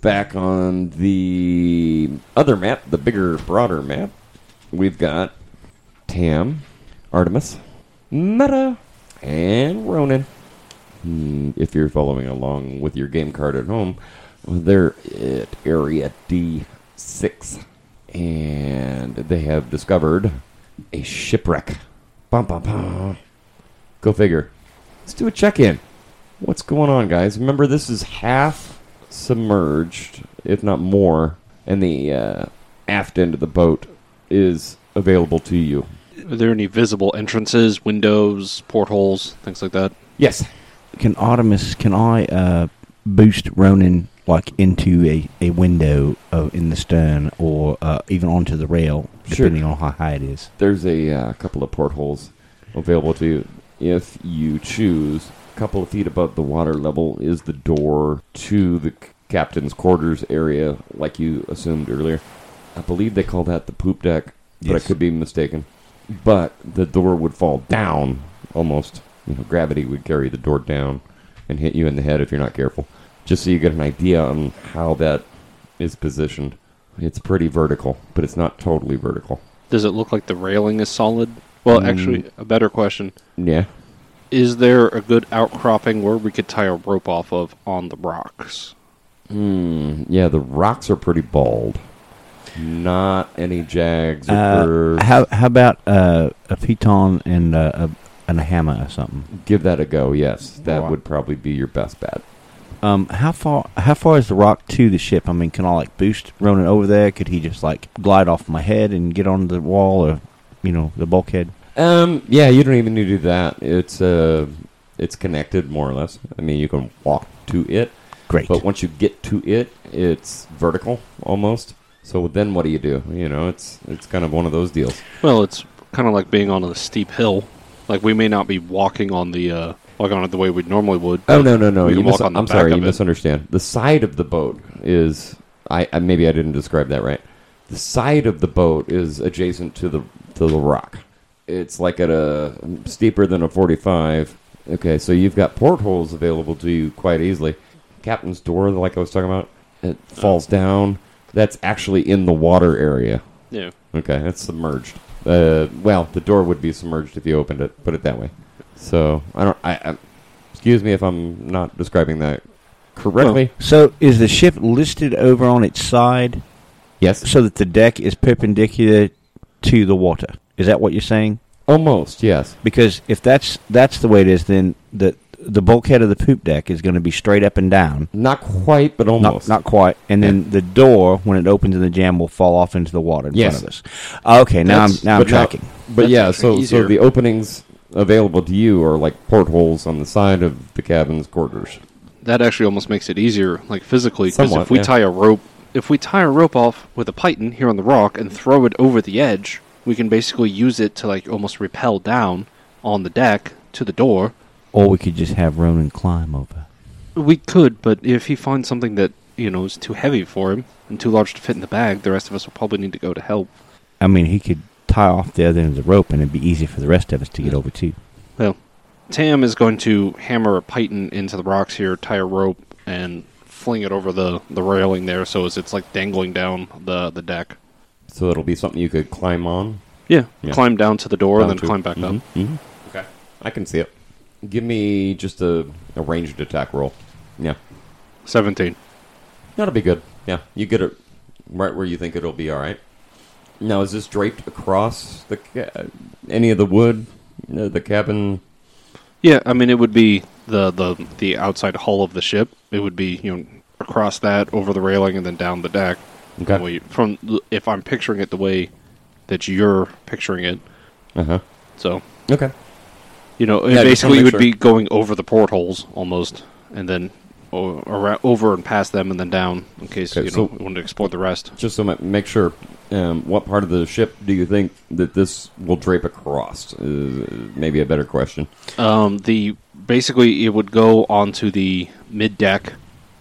[SPEAKER 1] Back on the other map, the bigger, broader map, we've got Tam, Artemis, Meta, and Ronan. Hmm, If you're following along with your game card at home, they're at area D6. And they have discovered a shipwreck. Bum, bum, bum. Go figure. Let's do a check in. What's going on, guys? Remember, this is half submerged, if not more, and the uh, aft end of the boat is available to you.
[SPEAKER 5] Are there any visible entrances, windows, portholes, things like that?
[SPEAKER 1] Yes.
[SPEAKER 2] Can Artemis? Can I uh, boost Ronan like into a, a window uh, in the stern, or uh, even onto the rail,
[SPEAKER 1] Sure.
[SPEAKER 2] depending on how high it is?
[SPEAKER 1] there's a uh, couple of portholes available to you if you choose. A couple of feet above the water level is the door to the c- captain's quarters area, like you assumed earlier. I believe they call that the poop deck, but
[SPEAKER 2] Yes.
[SPEAKER 1] I could be mistaken. But the door would fall down almost. You know, gravity would carry the door down and hit you in the head if you're not careful. Just so you get an idea on how that is positioned. It's pretty vertical, but it's not totally vertical.
[SPEAKER 5] Does it look like the railing is solid? Mm. Well, actually, a better question.
[SPEAKER 1] Yeah.
[SPEAKER 5] Is there a good outcropping where we could tie a rope off of on the rocks?
[SPEAKER 1] Hmm. Yeah, the rocks are pretty bald. Not any jags or
[SPEAKER 2] Uh,
[SPEAKER 1] curves.
[SPEAKER 2] how how about uh, a piton and uh, a and a hammer or something?
[SPEAKER 1] Give that a go. Yes, that
[SPEAKER 2] Wow.
[SPEAKER 1] would probably be your best bet.
[SPEAKER 2] Um, how far how far is the rock to the ship? I mean, can I like boost Ronan over there? Could he just like glide off my head and get on the wall or you know the bulkhead?
[SPEAKER 1] Um. Yeah, you don't even need to do that. It's uh, it's connected more or less. I mean, you can walk to it,
[SPEAKER 2] Great.
[SPEAKER 1] but once you get to it, it's vertical almost. So then, what do you do? You know, it's it's kind of one of those deals.
[SPEAKER 5] Well, it's kind of like being on a steep hill. Like we may not be walking on the uh, like on it the way we normally would.
[SPEAKER 1] Oh no no no!
[SPEAKER 5] We
[SPEAKER 1] You
[SPEAKER 5] can
[SPEAKER 1] mis-
[SPEAKER 5] walk on the
[SPEAKER 1] I'm
[SPEAKER 5] back
[SPEAKER 1] sorry,
[SPEAKER 5] of
[SPEAKER 1] you
[SPEAKER 5] it.
[SPEAKER 1] misunderstand. The side of the boat is I, I maybe I didn't describe that right. The side of the boat is adjacent to the to the rock. It's like at a steeper than a 45. Okay, so you've got portholes available to you quite easily. Captain's door, like I was talking about, it falls down. That's actually in the water area.
[SPEAKER 5] Yeah.
[SPEAKER 1] Okay, that's submerged. Uh, well, the door would be submerged if you opened it. Put it that way. So I don't. I, I excuse me if I'm not describing that correctly.
[SPEAKER 2] so is the ship listed over on its side
[SPEAKER 1] yes,
[SPEAKER 2] so that the deck is perpendicular to the water? Is that what you're saying?
[SPEAKER 1] almost. Yes,
[SPEAKER 2] Because if that's that's the way it is, then the the bulkhead of the poop deck is going to be straight up and down.
[SPEAKER 1] not quite, but almost.
[SPEAKER 2] Not, not quite. And then the door, when it opens in the jam, will fall off into the water in
[SPEAKER 1] Yes.
[SPEAKER 2] front of us. Okay, now
[SPEAKER 1] That's-
[SPEAKER 2] I'm now I'm
[SPEAKER 1] but now-
[SPEAKER 2] tracking.
[SPEAKER 1] but
[SPEAKER 5] That's
[SPEAKER 1] yeah,
[SPEAKER 5] actually
[SPEAKER 1] so so
[SPEAKER 5] easier.
[SPEAKER 1] the openings available to you are like portholes on the side of the cabin's quarters.
[SPEAKER 5] That actually almost makes it easier, like physically, because
[SPEAKER 1] Somewhat,
[SPEAKER 5] if we
[SPEAKER 1] yeah.
[SPEAKER 5] tie a rope, if we tie a rope off with a python here on the rock and throw it over the edge, we can basically use it to like almost rappel down on the deck to the door.
[SPEAKER 2] Or we could just have Ronan climb over.
[SPEAKER 5] We could, but if he finds something that you know is too heavy for him and too large to fit in the bag, the rest of us will probably need to go to help.
[SPEAKER 2] I mean, he could tie off the other end of the rope, and it'd be easy for the rest of us to get over too.
[SPEAKER 5] Well, Tam is going to hammer a python into the rocks here, tie a rope, and fling it over the, the railing there so as it's like dangling down the, the deck.
[SPEAKER 1] So it'll be something you could climb on.
[SPEAKER 5] Yeah,
[SPEAKER 1] Yeah.
[SPEAKER 5] climb down to the door
[SPEAKER 1] Down
[SPEAKER 5] and
[SPEAKER 1] to-
[SPEAKER 5] then climb back up.
[SPEAKER 1] Mhm. Okay, I can see it. Give me just a, a ranged attack roll. Yeah.
[SPEAKER 5] 17.
[SPEAKER 1] That'll be good. Yeah, you get it right where you think it'll be all right. Now, is this draped across the ca- uh, any of the wood, uh, the cabin?
[SPEAKER 5] Yeah, I mean, it would be the, the, the outside hull of the ship. It would be, you know, across that, over the railing, and then down the deck.
[SPEAKER 1] Okay.
[SPEAKER 5] The way- from If I'm picturing it the way that you're picturing it.
[SPEAKER 1] Uh huh.
[SPEAKER 5] So
[SPEAKER 1] Okay.
[SPEAKER 5] you know,
[SPEAKER 1] Yeah, I just wanna
[SPEAKER 5] basically you
[SPEAKER 1] make
[SPEAKER 5] would be going over the portholes almost, and then o- arou- over and past them, and then down in case
[SPEAKER 1] Okay,
[SPEAKER 5] you know
[SPEAKER 1] so-
[SPEAKER 5] we wanted to explore the rest.
[SPEAKER 1] Just so ma- make sure, um, what part of the ship do you think that this will drape across? Is maybe a better question.
[SPEAKER 5] Um, the basically it would go onto the mid deck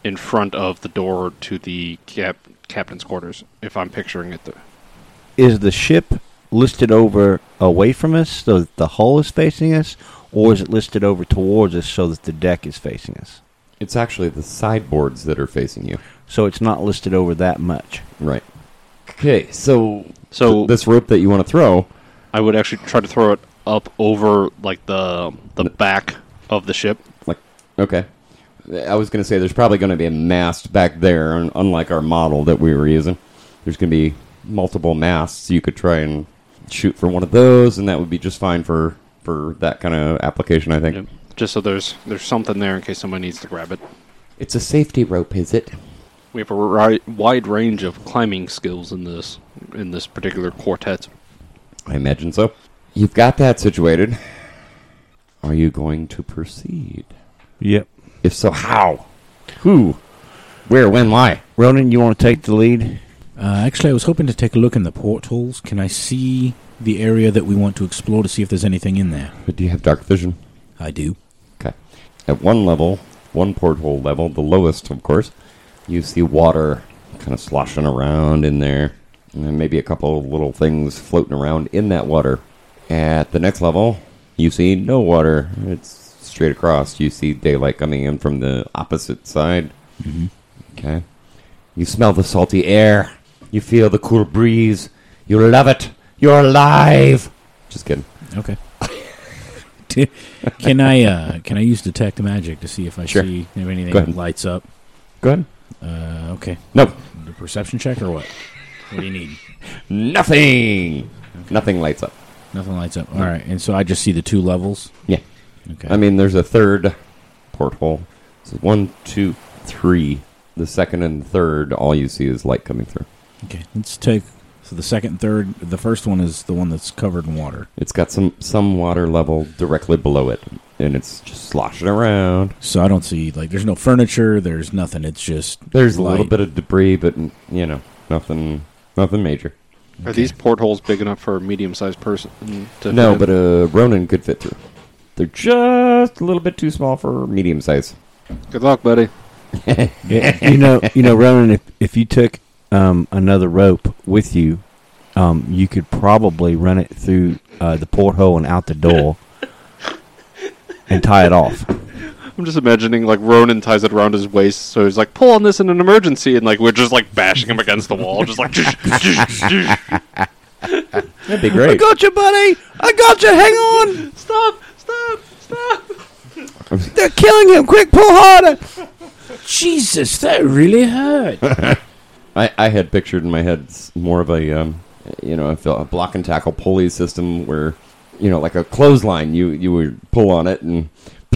[SPEAKER 5] in front of the door to the cap captain's quarters, if I'm picturing it. The,
[SPEAKER 2] Is the ship listed over away from us so that the hull is facing us, or is it listed over towards us so that the deck is facing us?
[SPEAKER 1] It's actually the sideboards that are facing you.
[SPEAKER 2] So it's not listed over that much.
[SPEAKER 1] Right. Okay, so
[SPEAKER 5] so
[SPEAKER 1] this rope that you want to throw.
[SPEAKER 5] I would actually try to throw it up over like the the back of the ship.
[SPEAKER 1] Like, okay. I was going to say there's probably going to be a mast back there, un- unlike our model that we were using. There's going to be multiple masts. You could try and shoot for one of those, and that would be just fine for, for that kind of application, I think.
[SPEAKER 5] you know, just so there's there's something there in case somebody needs to grab it.
[SPEAKER 1] It's a safety rope, is it?
[SPEAKER 5] We have a ri- wide range of climbing skills in this in this particular quartet.
[SPEAKER 1] I imagine so. You've got that situated. Are you going to proceed?
[SPEAKER 2] Yep.
[SPEAKER 1] If so, how? Who? Where? When? Why?
[SPEAKER 2] Ronan, you want to take the lead?
[SPEAKER 6] Uh, actually, I was hoping to take a look in the portholes. Can I see the area that we want to explore to see if there's anything in there?
[SPEAKER 1] But do you have dark vision?
[SPEAKER 6] I do.
[SPEAKER 1] Okay. At one level, one porthole level, the lowest, of course, you see water kind of sloshing around in there, and then maybe a couple of little things floating around in that water. At the next level, you see no water. It's straight across. You see daylight coming in from the opposite side. Okay. You smell the salty air. You feel the cool breeze. You love it. You're alive. Just kidding.
[SPEAKER 6] Okay. can I uh, can I use detect magic to see if I
[SPEAKER 1] Sure.
[SPEAKER 6] see if anything
[SPEAKER 1] Go ahead.
[SPEAKER 6] lights up?
[SPEAKER 1] Go ahead.
[SPEAKER 6] Uh, okay.
[SPEAKER 1] No,
[SPEAKER 6] The perception check or what? What do you need?
[SPEAKER 1] nothing. Nothing lights up.
[SPEAKER 6] Nothing lights up. All right, and so I just see the two levels.
[SPEAKER 1] Yeah.
[SPEAKER 6] Okay.
[SPEAKER 1] I mean, there's a third porthole. So one, two, three. The second and third, all you see is light coming through.
[SPEAKER 6] okay. Let's take so the second, and third. The first one is the one that's covered in water.
[SPEAKER 1] It's got some some water level directly below it, and it's just sloshing around.
[SPEAKER 6] So I don't see like there's no furniture. There's nothing. It's just
[SPEAKER 1] There's a little
[SPEAKER 6] light.
[SPEAKER 1] bit of debris, but you know, nothing, nothing major.
[SPEAKER 5] Are these portholes big enough for a medium-sized person? To
[SPEAKER 1] No,
[SPEAKER 5] fit
[SPEAKER 1] but
[SPEAKER 5] in?
[SPEAKER 1] uh, Ronan could fit through. They're just a little bit too small for medium size.
[SPEAKER 5] good luck, buddy.
[SPEAKER 2] you know, you know, Ronan, if, if you took um, another rope with you, um, you could probably run it through uh, the porthole and out the door and tie it off.
[SPEAKER 5] I'm just imagining like Ronan ties it around his waist, so he's like, "Pull on this in an emergency," and like we're just like bashing him against the wall, just like.
[SPEAKER 1] That'd be great.
[SPEAKER 2] Gotcha, buddy! I gotcha! Hang on!
[SPEAKER 5] Stop! Stop! Stop!
[SPEAKER 2] They're killing him! Quick, pull harder!
[SPEAKER 6] Jesus, that really hurt.
[SPEAKER 1] I, I had pictured in my head s- more of a um, you know a, a block and tackle pulley system where you know like a clothesline you you would pull on it and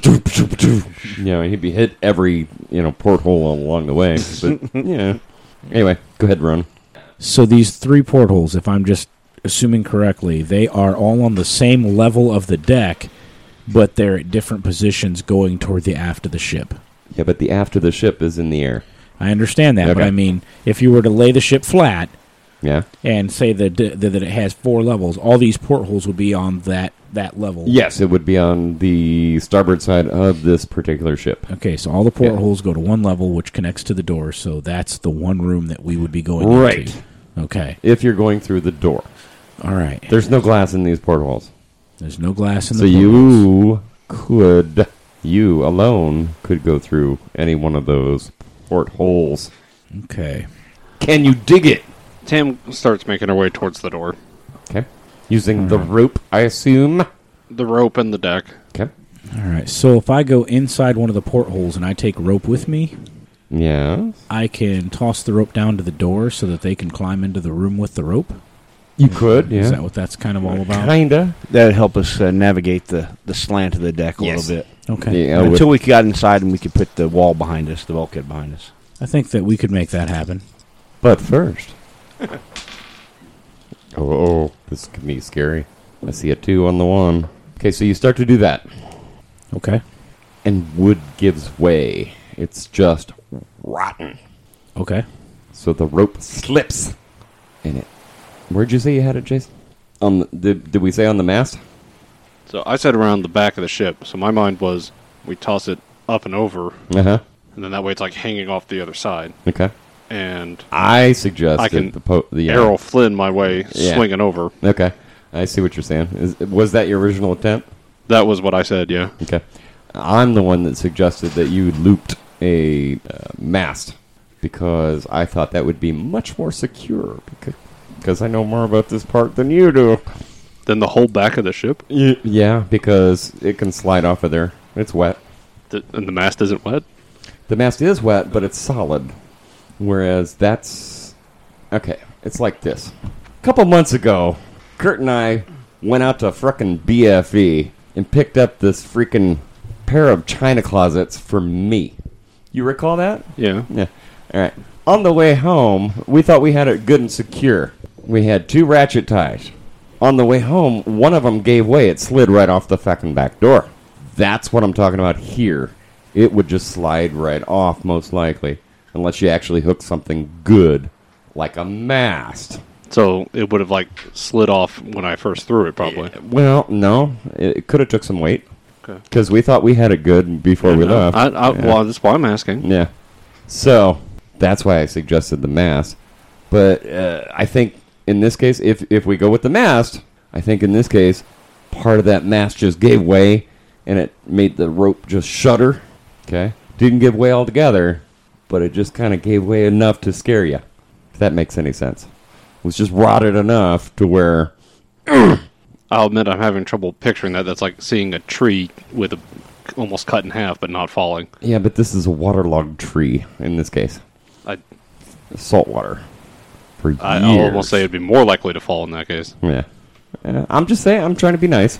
[SPEAKER 1] you know he'd be hit every you know porthole along the way but yeah anyway go ahead Ron
[SPEAKER 6] so these three portholes, if I'm just assuming correctly, they are all on the same level of the deck, but they're at different positions going toward the aft of the ship.
[SPEAKER 1] yeah but the after the ship is in the air
[SPEAKER 6] I understand that, but
[SPEAKER 1] Okay.
[SPEAKER 6] I mean, if you were to lay the ship flat
[SPEAKER 1] yeah
[SPEAKER 6] and say that that that it has four levels, all these portholes would be on that that level.
[SPEAKER 1] yes it would be on the starboard side of this particular ship
[SPEAKER 6] Okay, so all the portholes go to one level, which connects to the door. So that's the one room that we would be going
[SPEAKER 1] Right.
[SPEAKER 6] into. Okay.
[SPEAKER 1] if you're going through the door
[SPEAKER 6] All right.
[SPEAKER 1] there's no glass in these portholes
[SPEAKER 6] There's no glass in
[SPEAKER 1] So
[SPEAKER 6] the portholes.
[SPEAKER 1] you could, you alone could go through any one of those portholes.
[SPEAKER 6] Okay.
[SPEAKER 1] Can you dig it?
[SPEAKER 5] Tam starts making her way towards the door,
[SPEAKER 1] Okay. Using the rope, I assume.
[SPEAKER 5] the rope and the deck.
[SPEAKER 1] Okay.
[SPEAKER 6] All right. So if I go inside one of the portholes and I take rope with me,
[SPEAKER 1] Yeah.
[SPEAKER 6] I can toss the rope down to the door so that they can climb into the room with the rope.
[SPEAKER 1] You could.
[SPEAKER 6] Is
[SPEAKER 1] Yeah.
[SPEAKER 6] that what that's kind of all about?
[SPEAKER 1] Kinda.
[SPEAKER 2] That would help us uh, navigate the, the slant of the deck a
[SPEAKER 5] Yes.
[SPEAKER 2] little bit.
[SPEAKER 6] Okay.
[SPEAKER 1] Yeah, with-
[SPEAKER 2] Until we got inside and we could put the wall behind us, the bulkhead behind us.
[SPEAKER 6] I think that we could make that happen.
[SPEAKER 1] but first, Oh, this could be scary. I see a two on the one. Okay, so you start to do that,
[SPEAKER 6] Okay.
[SPEAKER 1] and wood gives way. It's just rotten.
[SPEAKER 6] Okay.
[SPEAKER 1] So the rope slips, and it. Where'd you say you had it, Jason? On the, did, did we say on the mast?
[SPEAKER 5] So I said around the back of the ship. So my mind was we toss it up and over,
[SPEAKER 1] Uh huh.
[SPEAKER 5] and then that way it's like hanging off the other side.
[SPEAKER 1] Okay.
[SPEAKER 5] And
[SPEAKER 1] I suggest
[SPEAKER 5] I can
[SPEAKER 1] the, po- the uh,
[SPEAKER 5] arrow Flynn my way,
[SPEAKER 1] Yeah.
[SPEAKER 5] swinging over.
[SPEAKER 1] Okay, I see what you're saying. Is, was that your original attempt?
[SPEAKER 5] That was what I said, yeah.
[SPEAKER 1] Okay, I'm the one that suggested that you looped a uh, mast because I thought that would be much more secure because, because I know more about this part than you do.
[SPEAKER 5] Then the whole back of the ship,
[SPEAKER 1] Y- Yeah, because it can slide off of there. It's wet.
[SPEAKER 5] th- and the mast isn't wet.
[SPEAKER 1] The mast is wet, but it's solid. Whereas that's okay. It's like this. A couple months ago, Kurt and I went out to frickin' BFE and picked up this freaking pair of china closets for me. You recall that?
[SPEAKER 5] Yeah.
[SPEAKER 1] Yeah. All right. On the way home, we thought we had it good and secure. We had two ratchet ties. On the way home, one of them gave way. It slid right off the fucking back door. That's what I'm talking about here. It would just slide right off, most likely, unless you actually hook something good, like a mast.
[SPEAKER 5] So it would have like slid off when I first threw it, probably.
[SPEAKER 1] Well, no, it it could have took some weight
[SPEAKER 5] Okay.
[SPEAKER 1] because we thought we had it good before we
[SPEAKER 5] No,
[SPEAKER 1] left.
[SPEAKER 5] I, I,
[SPEAKER 1] Yeah.
[SPEAKER 5] Well, that's why I'm asking.
[SPEAKER 1] Yeah. So that's why I suggested the mast. But uh, I think in this case, if if we go with the mast, I think in this case, part of that mast just gave way, and it made the rope just shudder. Okay, didn't give way altogether, but it just kind of gave way enough to scare you. If that makes any sense, it was just rotted enough to where
[SPEAKER 5] I'll admit I'm having trouble picturing that. That's like seeing a tree with a almost cut in half but not falling.
[SPEAKER 1] yeah. But this is a waterlogged tree in this case,
[SPEAKER 5] I
[SPEAKER 1] salt water. For
[SPEAKER 5] I I'll
[SPEAKER 1] years.
[SPEAKER 5] almost say it'd be more likely to fall in that case.
[SPEAKER 1] Yeah. Uh, I'm just saying, I'm trying to be nice.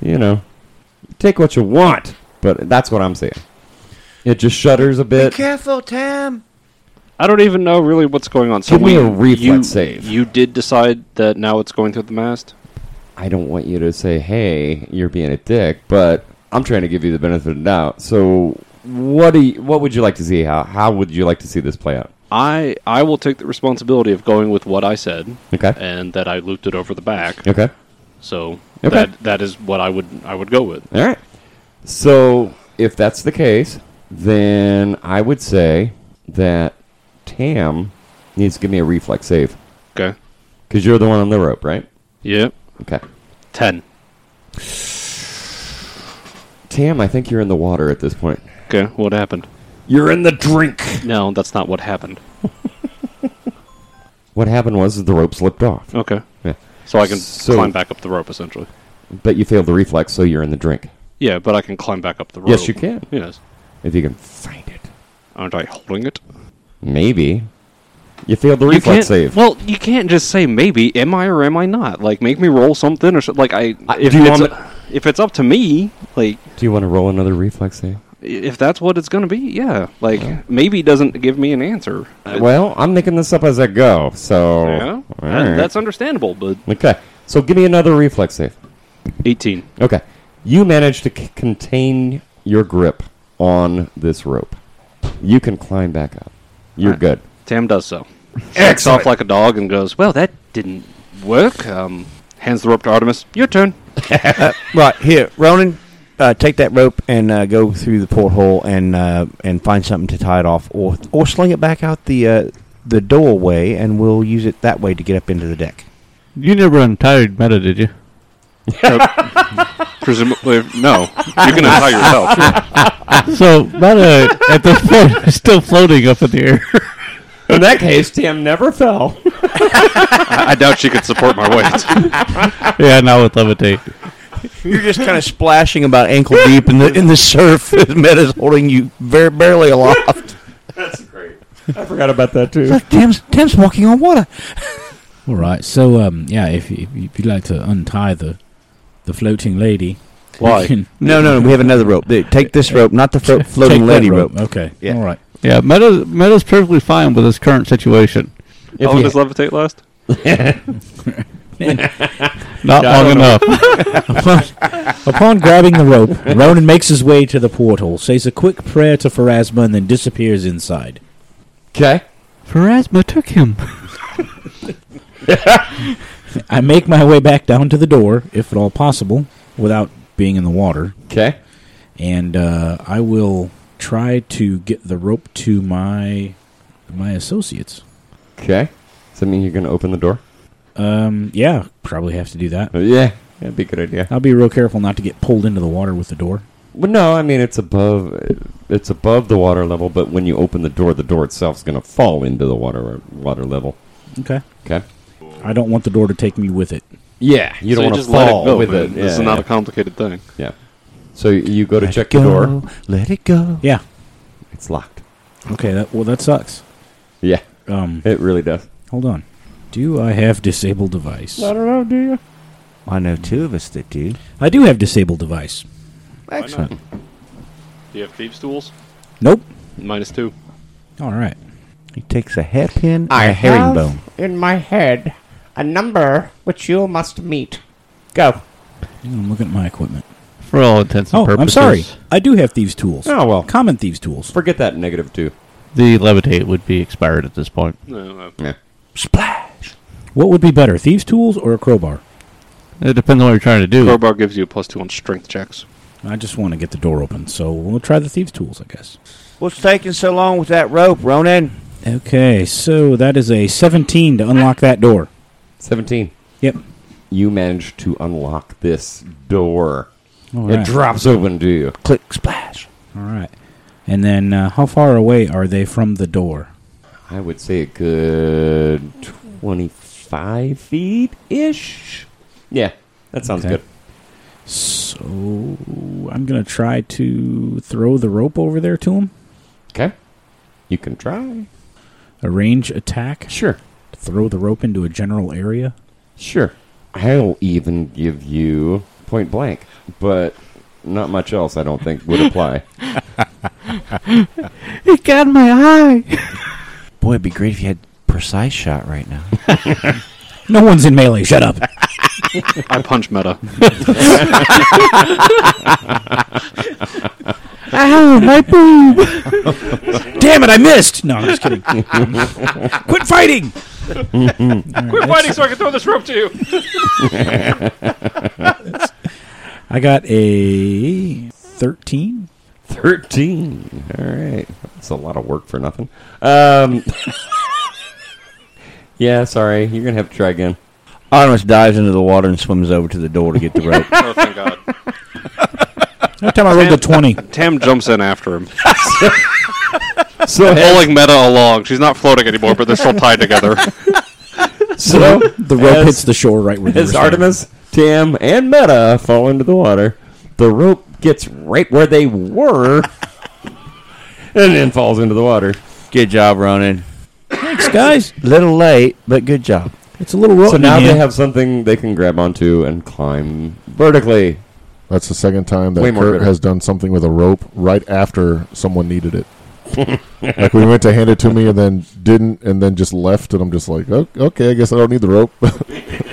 [SPEAKER 1] You know, take what you want, but that's what I'm saying. It just shudders a bit.
[SPEAKER 9] Careful, Tam.
[SPEAKER 5] I don't even know really what's going on. So
[SPEAKER 1] Give me
[SPEAKER 5] we-
[SPEAKER 1] a reflex
[SPEAKER 5] you,
[SPEAKER 1] save.
[SPEAKER 5] You did decide that now it's going through the mast.
[SPEAKER 1] I don't want you to say, hey, you're being a dick, but I'm trying to give you the benefit of the doubt. So, what do you, what would you like to see? How, how would you like to see this play out?
[SPEAKER 5] I I will take the responsibility of going with what I said
[SPEAKER 1] Okay.
[SPEAKER 5] and that I looped it over the back.
[SPEAKER 1] Okay.
[SPEAKER 5] So
[SPEAKER 1] Okay.
[SPEAKER 5] that that is what I would I would go with.
[SPEAKER 1] All right. So, if that's the case, then I would say that Tam needs to give me a reflex save
[SPEAKER 5] Okay.
[SPEAKER 1] because you're the one on the rope, right?
[SPEAKER 5] Yeah.
[SPEAKER 1] Okay.
[SPEAKER 5] Ten.
[SPEAKER 1] Tam, I think you're in the water at this point.
[SPEAKER 5] Okay. What happened?
[SPEAKER 1] You're in the drink.
[SPEAKER 5] No, that's not what happened.
[SPEAKER 1] What happened was the rope slipped off,
[SPEAKER 5] Okay.
[SPEAKER 1] Yeah.
[SPEAKER 5] So I can
[SPEAKER 1] So-
[SPEAKER 5] climb back up the rope essentially.
[SPEAKER 1] but you failed the reflex, so you're in the drink.
[SPEAKER 5] Yeah, but I can climb back up the rope.
[SPEAKER 1] Yes, you can.
[SPEAKER 5] Yes.
[SPEAKER 1] If you can find it.
[SPEAKER 5] Aren't I holding it?
[SPEAKER 1] Maybe. You failed the
[SPEAKER 5] You can't-
[SPEAKER 1] reflex save.
[SPEAKER 5] Well, you can't just say maybe. Am I or am I not? Like, make me roll something or so, like I.
[SPEAKER 1] I-
[SPEAKER 5] if
[SPEAKER 1] do you
[SPEAKER 5] it's
[SPEAKER 1] want
[SPEAKER 5] a- if it's up to me, like
[SPEAKER 1] Do you want to roll another reflex save?
[SPEAKER 5] i- if that's what it's gonna be, yeah. Like maybe doesn't give me an answer.
[SPEAKER 1] well, I'm making this up as I go, so.
[SPEAKER 5] Uh, Yeah,
[SPEAKER 1] All
[SPEAKER 5] that-
[SPEAKER 1] right.
[SPEAKER 5] that's understandable. But
[SPEAKER 1] okay, so give me another reflex save.
[SPEAKER 5] eighteen.
[SPEAKER 1] Okay. You manage to c- contain your grip on this rope. You can climb back up. You're
[SPEAKER 5] Alright.
[SPEAKER 1] good.
[SPEAKER 5] Tam does so. Acts off like a dog and goes, "Well, that didn't work." Um, hands the rope to Artemis. Your turn.
[SPEAKER 2] Right here, Ronan, uh, take that rope and uh, go through the porthole and uh, and find something to tie it off, or or sling it back out the uh, the doorway, and we'll use it that way to get up into the deck.
[SPEAKER 7] You never untied Meta, did you?
[SPEAKER 5] Presumably, no. You can untie yourself.
[SPEAKER 7] So Meta at this point is still floating up in the air.
[SPEAKER 1] In that case, Tam never fell.
[SPEAKER 5] I, I doubt she could support my weight.
[SPEAKER 7] yeah, now with levitate.
[SPEAKER 2] You're just kind of splashing about ankle deep in the in the surf. Meta's holding you very barely aloft.
[SPEAKER 1] I forgot about that too.
[SPEAKER 2] Tim's Tim's walking on water.
[SPEAKER 6] All right. So, um, yeah, if, you, if you'd like to untie the the floating lady, we
[SPEAKER 5] Why?
[SPEAKER 6] can-
[SPEAKER 2] No, no, we have another rope. There, take this rope, not the fro-
[SPEAKER 6] Take
[SPEAKER 2] floating
[SPEAKER 6] that
[SPEAKER 2] lady rope.
[SPEAKER 6] Okay.
[SPEAKER 2] Yeah.
[SPEAKER 6] All right.
[SPEAKER 7] Yeah, Meta Meta's perfectly fine with his current situation.
[SPEAKER 1] Oh,
[SPEAKER 5] How long does levitate last?
[SPEAKER 7] Not long enough.
[SPEAKER 6] Upon grabbing the rope, Ronan makes his way to the portal, says a quick prayer to Pharasma, and then disappears inside.
[SPEAKER 1] Okay.
[SPEAKER 7] Pharasma took him.
[SPEAKER 6] I make my way back down to the door, if at all possible, without being in the water,
[SPEAKER 1] Okay.
[SPEAKER 6] and uh, I will try to get the rope to my my associates.
[SPEAKER 1] Okay. Does that mean you're going to open the door?
[SPEAKER 6] Um, yeah, probably have to do that.
[SPEAKER 1] Uh, yeah. That'd be a good idea.
[SPEAKER 6] I'll be real careful not to get pulled into the water with the door.
[SPEAKER 1] Well, no, I mean it's above it's above the water level, but when you open the door, the door itself is going to fall into the water water level.
[SPEAKER 6] Okay.
[SPEAKER 1] Okay.
[SPEAKER 6] I don't want the door to take me with it.
[SPEAKER 1] Yeah, you
[SPEAKER 5] So
[SPEAKER 1] don't
[SPEAKER 5] just
[SPEAKER 1] want
[SPEAKER 5] let
[SPEAKER 1] to
[SPEAKER 5] it
[SPEAKER 1] fall
[SPEAKER 5] go,
[SPEAKER 1] with
[SPEAKER 5] man.
[SPEAKER 1] it.
[SPEAKER 5] This is
[SPEAKER 1] Yeah,
[SPEAKER 5] not
[SPEAKER 1] yeah.
[SPEAKER 5] a complicated thing.
[SPEAKER 1] yeah. So you go to check
[SPEAKER 6] go.
[SPEAKER 1] the door.
[SPEAKER 2] Let it go.
[SPEAKER 6] Yeah.
[SPEAKER 1] It's locked.
[SPEAKER 6] Okay. That, well, that sucks.
[SPEAKER 1] Yeah,
[SPEAKER 6] Um,
[SPEAKER 1] it really does.
[SPEAKER 6] hold on. Do I have disabled device?
[SPEAKER 1] don't know. Do you?
[SPEAKER 2] I know two of us that do.
[SPEAKER 6] I do have disabled device.
[SPEAKER 2] Excellent.
[SPEAKER 5] Do you have thieves tools?
[SPEAKER 6] Nope.
[SPEAKER 5] Minus two.
[SPEAKER 6] All right.
[SPEAKER 2] He takes a hairpin and a herringbone.
[SPEAKER 1] in my head a number which you must meet. Go.
[SPEAKER 6] I'm looking at my equipment.
[SPEAKER 7] For all intents and
[SPEAKER 6] oh,
[SPEAKER 7] purposes.
[SPEAKER 6] I'm sorry. I do have thieves' tools.
[SPEAKER 1] Oh well.
[SPEAKER 6] Common thieves' tools.
[SPEAKER 1] Forget that negative two.
[SPEAKER 7] The levitate would be expired at this point.
[SPEAKER 5] No, uh, no.
[SPEAKER 1] Yeah.
[SPEAKER 6] What would be better, thieves' tools or a crowbar?
[SPEAKER 7] It depends on what you're trying to do.
[SPEAKER 5] Crowbar gives you a plus two on strength checks.
[SPEAKER 6] I just want to get the door open, so we'll try the thieves' tools, I guess.
[SPEAKER 2] What's taking so long with that rope, Ronan?
[SPEAKER 6] Okay, so that is a 17 to unlock that door.
[SPEAKER 1] Seventeen.
[SPEAKER 6] Yep.
[SPEAKER 1] You manage to unlock this door.
[SPEAKER 6] All
[SPEAKER 1] it
[SPEAKER 6] right.
[SPEAKER 1] drops open to you.
[SPEAKER 2] Click splash.
[SPEAKER 6] All right. And then, uh, how far away are they from the door?
[SPEAKER 1] I would say a good 25 feet ish. Yeah, that sounds
[SPEAKER 6] Okay.
[SPEAKER 1] good.
[SPEAKER 6] So I'm gonna try to throw the rope over there to him.
[SPEAKER 1] Okay. You can try.
[SPEAKER 6] Arrange attack.
[SPEAKER 1] Sure.
[SPEAKER 6] Throw the rope into a general area.
[SPEAKER 1] Sure. I'll even give you point blank, but not much else I don't think would apply.
[SPEAKER 7] It got my eye.
[SPEAKER 2] Boy, it'd be great if you had precise shot right now.
[SPEAKER 6] No one's in melee. Shut up.
[SPEAKER 5] I punch meta.
[SPEAKER 7] Ow, my boob.
[SPEAKER 6] Damn it! I missed. No, I'm just kidding. Quit fighting.
[SPEAKER 5] Quit fighting so I can throw this rope to you!
[SPEAKER 6] I got a thirteen.
[SPEAKER 1] 13. All right. That's a lot of work for nothing. Um, yeah, sorry. You're going to have to try again.
[SPEAKER 2] Artemis dives into the water and swims over to the door to get the rope.
[SPEAKER 5] oh, thank God.
[SPEAKER 6] No time I rolled a twenty.
[SPEAKER 5] Tam jumps in after him,
[SPEAKER 1] So,
[SPEAKER 5] pulling Meta along. She's not floating anymore, but they're still tied together.
[SPEAKER 1] so
[SPEAKER 6] The rope
[SPEAKER 1] as-
[SPEAKER 6] hits the shore right where they were
[SPEAKER 1] As
[SPEAKER 6] standing.
[SPEAKER 1] Artemis, Tam, and Meta fall into the water, the rope gets right where they were and then falls into the water.
[SPEAKER 2] good job, Ronan.
[SPEAKER 6] Thanks, guys.
[SPEAKER 2] Little late, but good job.
[SPEAKER 6] It's a little rope.
[SPEAKER 1] So now they have something they can grab onto and climb vertically.
[SPEAKER 3] That's the second time that
[SPEAKER 1] Way more
[SPEAKER 3] Kurt
[SPEAKER 1] bitter.
[SPEAKER 3] has done something with a rope right after someone needed it. like we went to hand it to me and then didn't, and then just left, and I'm just like, oh, okay, I guess I don't need the rope.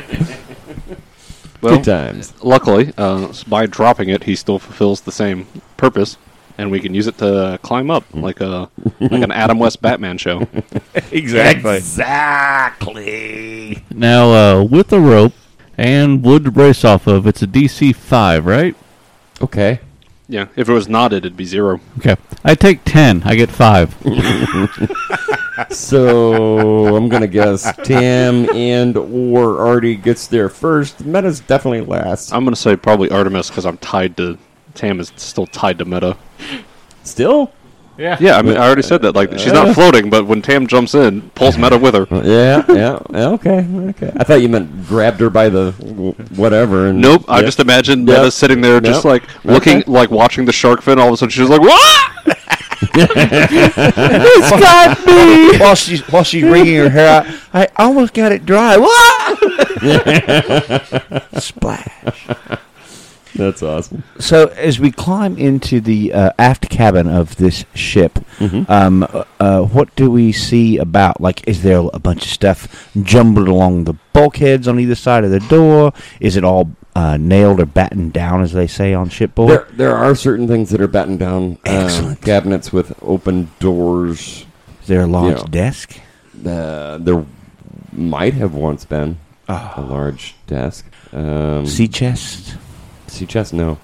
[SPEAKER 5] Well,
[SPEAKER 1] Good times.
[SPEAKER 5] luckily, uh, s- by dropping it, he still fulfills the same purpose, and we can use it to climb up
[SPEAKER 1] Mm.
[SPEAKER 5] like a like an Adam West Batman show.
[SPEAKER 1] Exactly.
[SPEAKER 7] Now, uh, with the rope and wood to brace off of, it's a DC 5, right?
[SPEAKER 1] Okay.
[SPEAKER 5] Yeah, if it was knotted, it'd be zero.
[SPEAKER 7] Okay. I take 10. I get 5.
[SPEAKER 1] So I'm gonna guess Tam and or Artie gets there first. Meta's definitely last.
[SPEAKER 5] I'm gonna say probably Artemis because I'm tied to Tam is still tied to Meta.
[SPEAKER 1] Still?
[SPEAKER 5] Yeah, I mean I already said that. Like she's not floating, but when Tam jumps in, pulls Meta with her.
[SPEAKER 1] Yeah, yeah, yeah, okay, okay. I thought you meant grabbed her by the w- whatever. And
[SPEAKER 5] Nope, I
[SPEAKER 1] Yeah.
[SPEAKER 5] just imagine
[SPEAKER 1] Yep.
[SPEAKER 5] Meta sitting there just
[SPEAKER 1] Yep.
[SPEAKER 5] like looking,
[SPEAKER 1] Okay.
[SPEAKER 5] like watching the shark fin. All of a sudden, she's like, "What?"
[SPEAKER 7] It's got me.
[SPEAKER 2] while she's while she's wringing her hair out, I almost got it dry. Wah! Splash.
[SPEAKER 1] That's awesome.
[SPEAKER 2] So as we climb into the uh, aft cabin of this ship,
[SPEAKER 1] Mhm.
[SPEAKER 2] um, uh, uh, what do we see about? Like, is there a bunch of stuff jumbled along the bulkheads on either side of the door? Is it all uh, nailed or battened down, as they say on shipboard?
[SPEAKER 1] There, there are certain things that are battened down. uh,
[SPEAKER 2] Excellent.
[SPEAKER 1] cabinets with open doors.
[SPEAKER 2] Is there a large
[SPEAKER 1] Yeah.
[SPEAKER 2] desk?
[SPEAKER 1] Uh, there might have once been
[SPEAKER 2] Oh.
[SPEAKER 1] a large desk. Um,
[SPEAKER 2] Sea chest?
[SPEAKER 1] sea chest, no.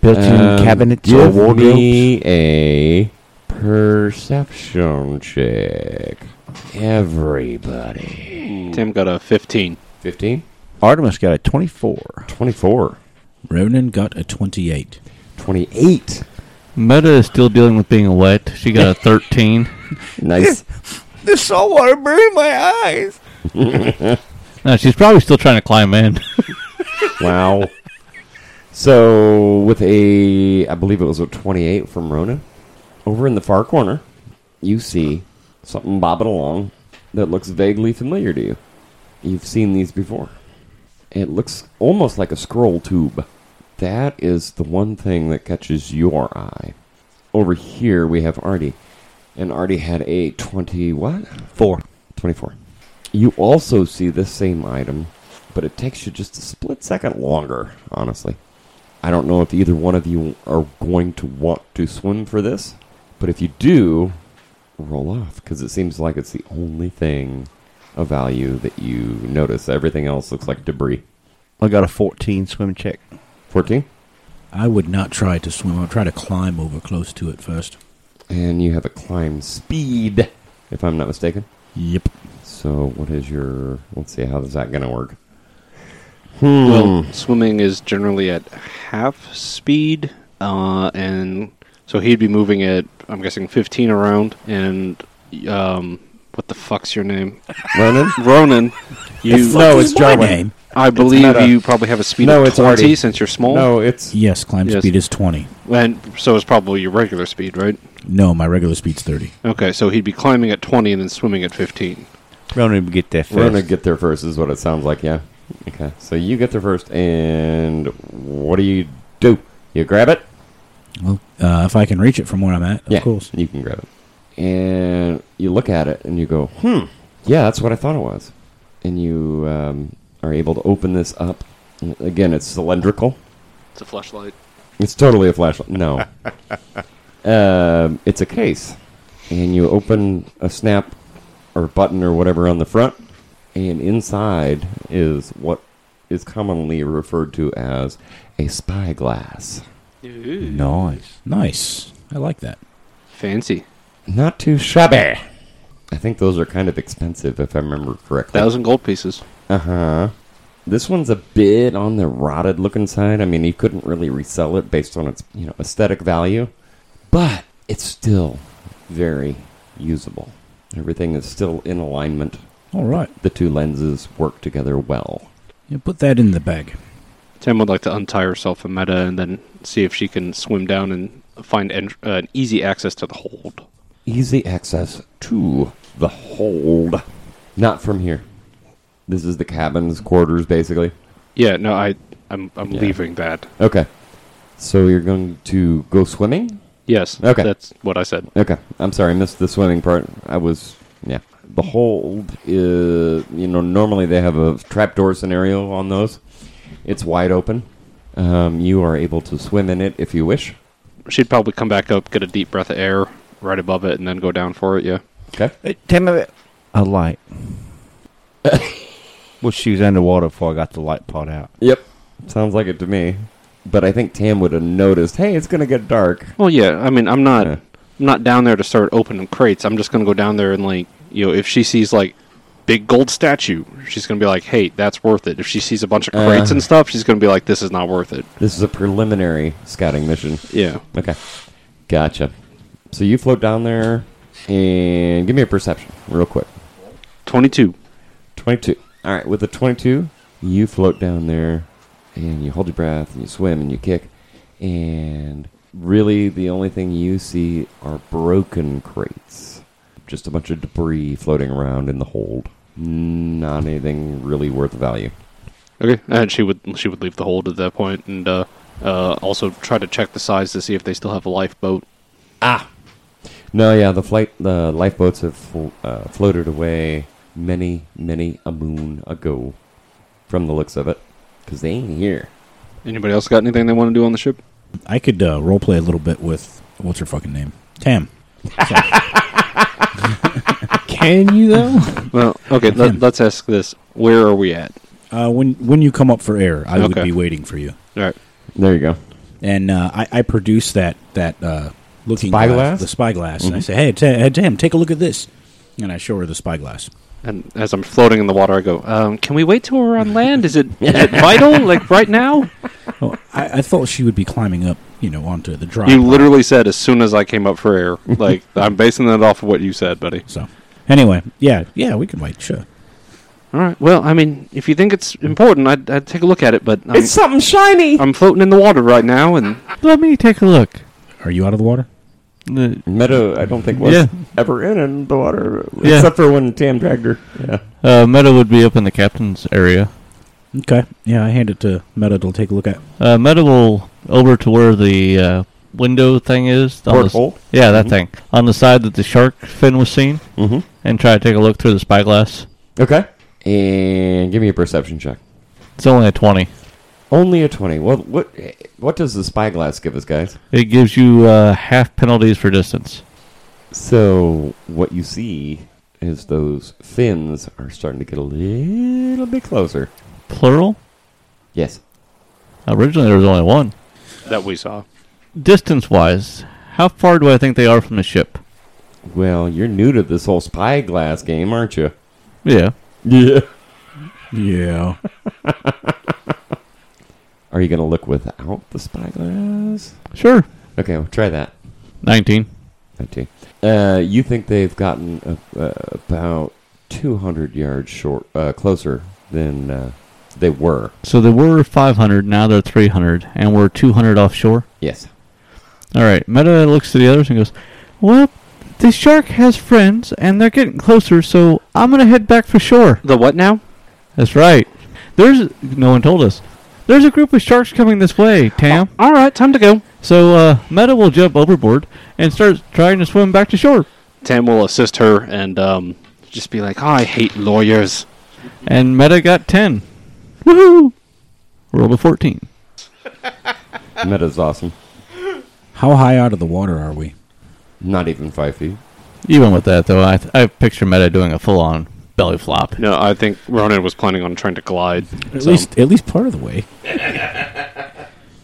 [SPEAKER 2] Built-in
[SPEAKER 1] Um,
[SPEAKER 2] cabinets or
[SPEAKER 1] give
[SPEAKER 2] wardrobes?
[SPEAKER 1] me a perception check, everybody.
[SPEAKER 5] Tim got a 15.
[SPEAKER 1] 15?
[SPEAKER 2] Artemis got a 24.
[SPEAKER 1] 24.
[SPEAKER 6] Ronan got a 28.
[SPEAKER 1] 28.
[SPEAKER 7] Meta is still dealing with being wet. She got a 13.
[SPEAKER 1] Nice.
[SPEAKER 2] The salt water burned my eyes.
[SPEAKER 7] No, she's probably still trying to climb in.
[SPEAKER 1] wow. So with a, I believe it was a 28 from Rona, over in the far corner, you see something bobbing along that looks vaguely familiar to you. You've seen these before. It looks almost like a scroll tube. That is the one thing that catches your eye. Over here we have Artie, and Artie had a 20 what?
[SPEAKER 2] Four.
[SPEAKER 1] 24. You also see this same item, but it takes you just a split second longer, honestly. I don't know if either one of you are going to want to swim for this, but if you do, roll off, because it seems like it's the only thing of value that you notice. Everything else looks like debris.
[SPEAKER 2] I got a 14 swim check.
[SPEAKER 1] 14?
[SPEAKER 6] I would not try to swim. I would try to climb over close to it first.
[SPEAKER 1] And you have a climb speed, if I'm not mistaken.
[SPEAKER 6] Yep.
[SPEAKER 1] So, what is your. Let's see, how's that going to work? Hmm.
[SPEAKER 5] Well, swimming is generally at half speed, uh, and so he'd be moving at, I'm guessing, 15 around, and, um, what the fuck's your name?
[SPEAKER 1] Ronan?
[SPEAKER 5] Ronan, you,
[SPEAKER 1] no, it's
[SPEAKER 6] My
[SPEAKER 1] Jarwin.
[SPEAKER 6] name.
[SPEAKER 5] I believe
[SPEAKER 1] meta.
[SPEAKER 5] you probably have a speed
[SPEAKER 1] No,
[SPEAKER 5] of
[SPEAKER 1] it's
[SPEAKER 5] 20
[SPEAKER 1] already-
[SPEAKER 5] since you're small.
[SPEAKER 1] No, it's
[SPEAKER 6] Yes, climb
[SPEAKER 5] Yes.
[SPEAKER 6] speed is 20.
[SPEAKER 5] And so it's probably your regular speed, right?
[SPEAKER 6] No, my regular speed's 30.
[SPEAKER 5] Okay, so he'd be climbing at 20 and then swimming at 15.
[SPEAKER 2] Ronan would get there first.
[SPEAKER 1] We're gonna get there first, is what it sounds like. Yeah. Okay. So you get there first, and what do you do? You grab it.
[SPEAKER 6] Well, uh, if I can reach it from where I'm at, of
[SPEAKER 1] yeah,
[SPEAKER 6] course.
[SPEAKER 1] you can grab it, and you look at it, and you go, "Hmm, yeah, that's what I thought it was." And you um, are able to open this up. And Again, it's cylindrical.
[SPEAKER 5] It's a flashlight.
[SPEAKER 1] It's totally a flashlight. No. um, it's a case. And you open a snap or button or whatever on the front, and inside is what is commonly referred to as a spyglass.
[SPEAKER 2] Nice.
[SPEAKER 6] Nice. I like that.
[SPEAKER 5] Fancy.
[SPEAKER 1] Not too shabby. I think those are kind of expensive, if I remember correctly.
[SPEAKER 5] Thousand gold pieces.
[SPEAKER 1] Uh huh. This one's a bit on the rotted looking side. I mean, you couldn't really resell it based on its you know aesthetic value, but it's still very usable. Everything is still in alignment.
[SPEAKER 6] All right.
[SPEAKER 1] The two lenses work together well.
[SPEAKER 6] Yeah, put that in the bag.
[SPEAKER 5] Tim would like to untie herself from Meta and then see if she can swim down and find en- uh, an easy access to the hold.
[SPEAKER 1] Easy access to the hold. Not from here. This is the cabin's quarters, basically.
[SPEAKER 5] Yeah, no, I, I'm, I'm leaving that.
[SPEAKER 1] Okay. So you're going to go swimming?
[SPEAKER 5] Yes.
[SPEAKER 1] Okay.
[SPEAKER 5] That's what I said.
[SPEAKER 1] Okay, I'm sorry, I missed the swimming part. I was, yeah. The hold is, you know, normally they have a trapdoor scenario on those. It's wide open. Um, you are able to swim in it if you wish.
[SPEAKER 5] She'd probably come back up, get a deep breath of air right above it, and then go down for it, yeah.
[SPEAKER 1] Okay.
[SPEAKER 2] Uh, Tim, a, a light. well, she was underwater before I got the light pot out.
[SPEAKER 1] Yep. Sounds like it to me. But I think Tam would have noticed. Hey, it's gonna get dark. Uh,
[SPEAKER 5] Well, yeah, I mean, I'm not,
[SPEAKER 1] Yeah.
[SPEAKER 5] I'm not down there to start opening crates. I'm just going to go down there and, like, you know, if she sees, like, big gold statue, she's going to be like, hey, that's worth it. If she sees a bunch of crates
[SPEAKER 1] Uh.
[SPEAKER 5] and stuff, she's going to be like, this is not worth it.
[SPEAKER 1] This is a preliminary scouting mission.
[SPEAKER 5] Yeah.
[SPEAKER 1] Okay. Gotcha. So you float down there and give me a perception real quick.
[SPEAKER 5] 22.
[SPEAKER 1] 22. All right, with a 22, you float down there and you hold your breath and you swim and you kick. And really, the only thing you see are broken crates. Just a bunch of debris floating around in the hold. Not anything really worth value.
[SPEAKER 5] Okay. And she would, she would leave the hold at that point and, uh, Uh, also, try to check the size to see if they still have a lifeboat.
[SPEAKER 1] No, yeah, the flight, the lifeboats have fl- uh, floated away many, many a moon ago, from the looks of it, because they ain't here.
[SPEAKER 5] Anybody else got anything they want to do on the ship?
[SPEAKER 6] I could uh, role play a little bit with what's her fucking name? Tam.
[SPEAKER 4] Can you though?
[SPEAKER 5] Well, okay,
[SPEAKER 6] Him.
[SPEAKER 5] let, let's ask this: Where are we at?
[SPEAKER 6] Uh, when when you come up for air, I would
[SPEAKER 5] Okay.
[SPEAKER 6] be waiting for you.
[SPEAKER 5] All right.
[SPEAKER 1] There you go.
[SPEAKER 6] And uh, I, I produce that that uh, looking
[SPEAKER 1] Spyglass?
[SPEAKER 6] the spyglass, and I say, "Hey, Ta- hey, Tam, take a look at this." And I show her the spyglass.
[SPEAKER 5] And as I'm floating in the water, I go, um, "Can we wait till we're on land? Is it is it vital? Like right now?"
[SPEAKER 6] Oh, I, I thought she would be climbing up, you know, onto the drop.
[SPEAKER 5] You literally said as soon as I came up for air. Like I'm basing that off of what you said, buddy.
[SPEAKER 6] So, anyway, yeah, yeah, we can wait. Sure.
[SPEAKER 5] All right. Well, I mean, if you think it's important, I'd, I'd take a look at it. But I'm,
[SPEAKER 1] It's something shiny.
[SPEAKER 5] I'm floating in the water right now, and
[SPEAKER 7] Let me take a look.
[SPEAKER 6] Are you out of the water?
[SPEAKER 7] Uh,
[SPEAKER 1] Meadow, I don't think was
[SPEAKER 7] Yeah.
[SPEAKER 1] ever in, in the water,
[SPEAKER 7] Yeah.
[SPEAKER 1] except for when Tam dragged her. Yeah.
[SPEAKER 7] Uh, Meadow would be up in the captain's area.
[SPEAKER 6] Okay. Yeah, I hand it to Meta to take a look at.
[SPEAKER 7] Uh, Meta will over to where the uh, window thing is. on the s-
[SPEAKER 1] Porthole.
[SPEAKER 7] yeah,
[SPEAKER 2] Mm-hmm.
[SPEAKER 7] that thing. On the side that the shark fin was seen,
[SPEAKER 1] Mm-hmm.
[SPEAKER 7] and try to take a look through the spyglass.
[SPEAKER 1] Okay. And give me a perception check.
[SPEAKER 7] It's only a 20.
[SPEAKER 1] Only a twenty. What what what does the spyglass give us, guys?
[SPEAKER 7] It gives you uh, half penalties for distance.
[SPEAKER 1] So what you see is those fins are starting to get a little bit closer.
[SPEAKER 7] Plural?
[SPEAKER 1] Yes.
[SPEAKER 7] Originally, there was only one.
[SPEAKER 5] that we saw.
[SPEAKER 7] Distance wise, how far do I think they are from the ship?
[SPEAKER 1] Well, you're new to this whole spyglass game, aren't you?
[SPEAKER 7] Yeah.
[SPEAKER 1] Yeah.
[SPEAKER 6] Yeah.
[SPEAKER 1] Are you gonna look without the spyglass?
[SPEAKER 7] Sure.
[SPEAKER 1] Okay, well, try that.
[SPEAKER 7] 19.
[SPEAKER 1] 19. Uh, you think they've gotten uh, uh, about 200 yards short, uh, closer than uh, they were.
[SPEAKER 7] So they were 500, now they're 300, and we're 200 offshore.
[SPEAKER 1] Yes.
[SPEAKER 7] All right. Meta looks to the others and goes, Well, the shark has friends, and they're getting closer, so I'm going to head back for shore.
[SPEAKER 5] The what now?
[SPEAKER 7] That's right. There's. No one told us. There's a group of sharks coming this way, Tam.
[SPEAKER 5] All right, time to go.
[SPEAKER 7] So uh, Meta will jump overboard and start trying to swim back to shore.
[SPEAKER 5] Tam will assist her and um, just be like, oh, "I hate lawyers."
[SPEAKER 7] And Meta got 10. Woohoo! Rolled a 14.
[SPEAKER 1] Meta's awesome.
[SPEAKER 6] How high out of the water are we?
[SPEAKER 1] Not even five feet.
[SPEAKER 7] Even with that, though, I, th- I picture Meta doing a full on belly flop.
[SPEAKER 5] No, I think Ronan was planning on trying to glide.
[SPEAKER 6] At
[SPEAKER 5] so-
[SPEAKER 6] least, at least part of the way.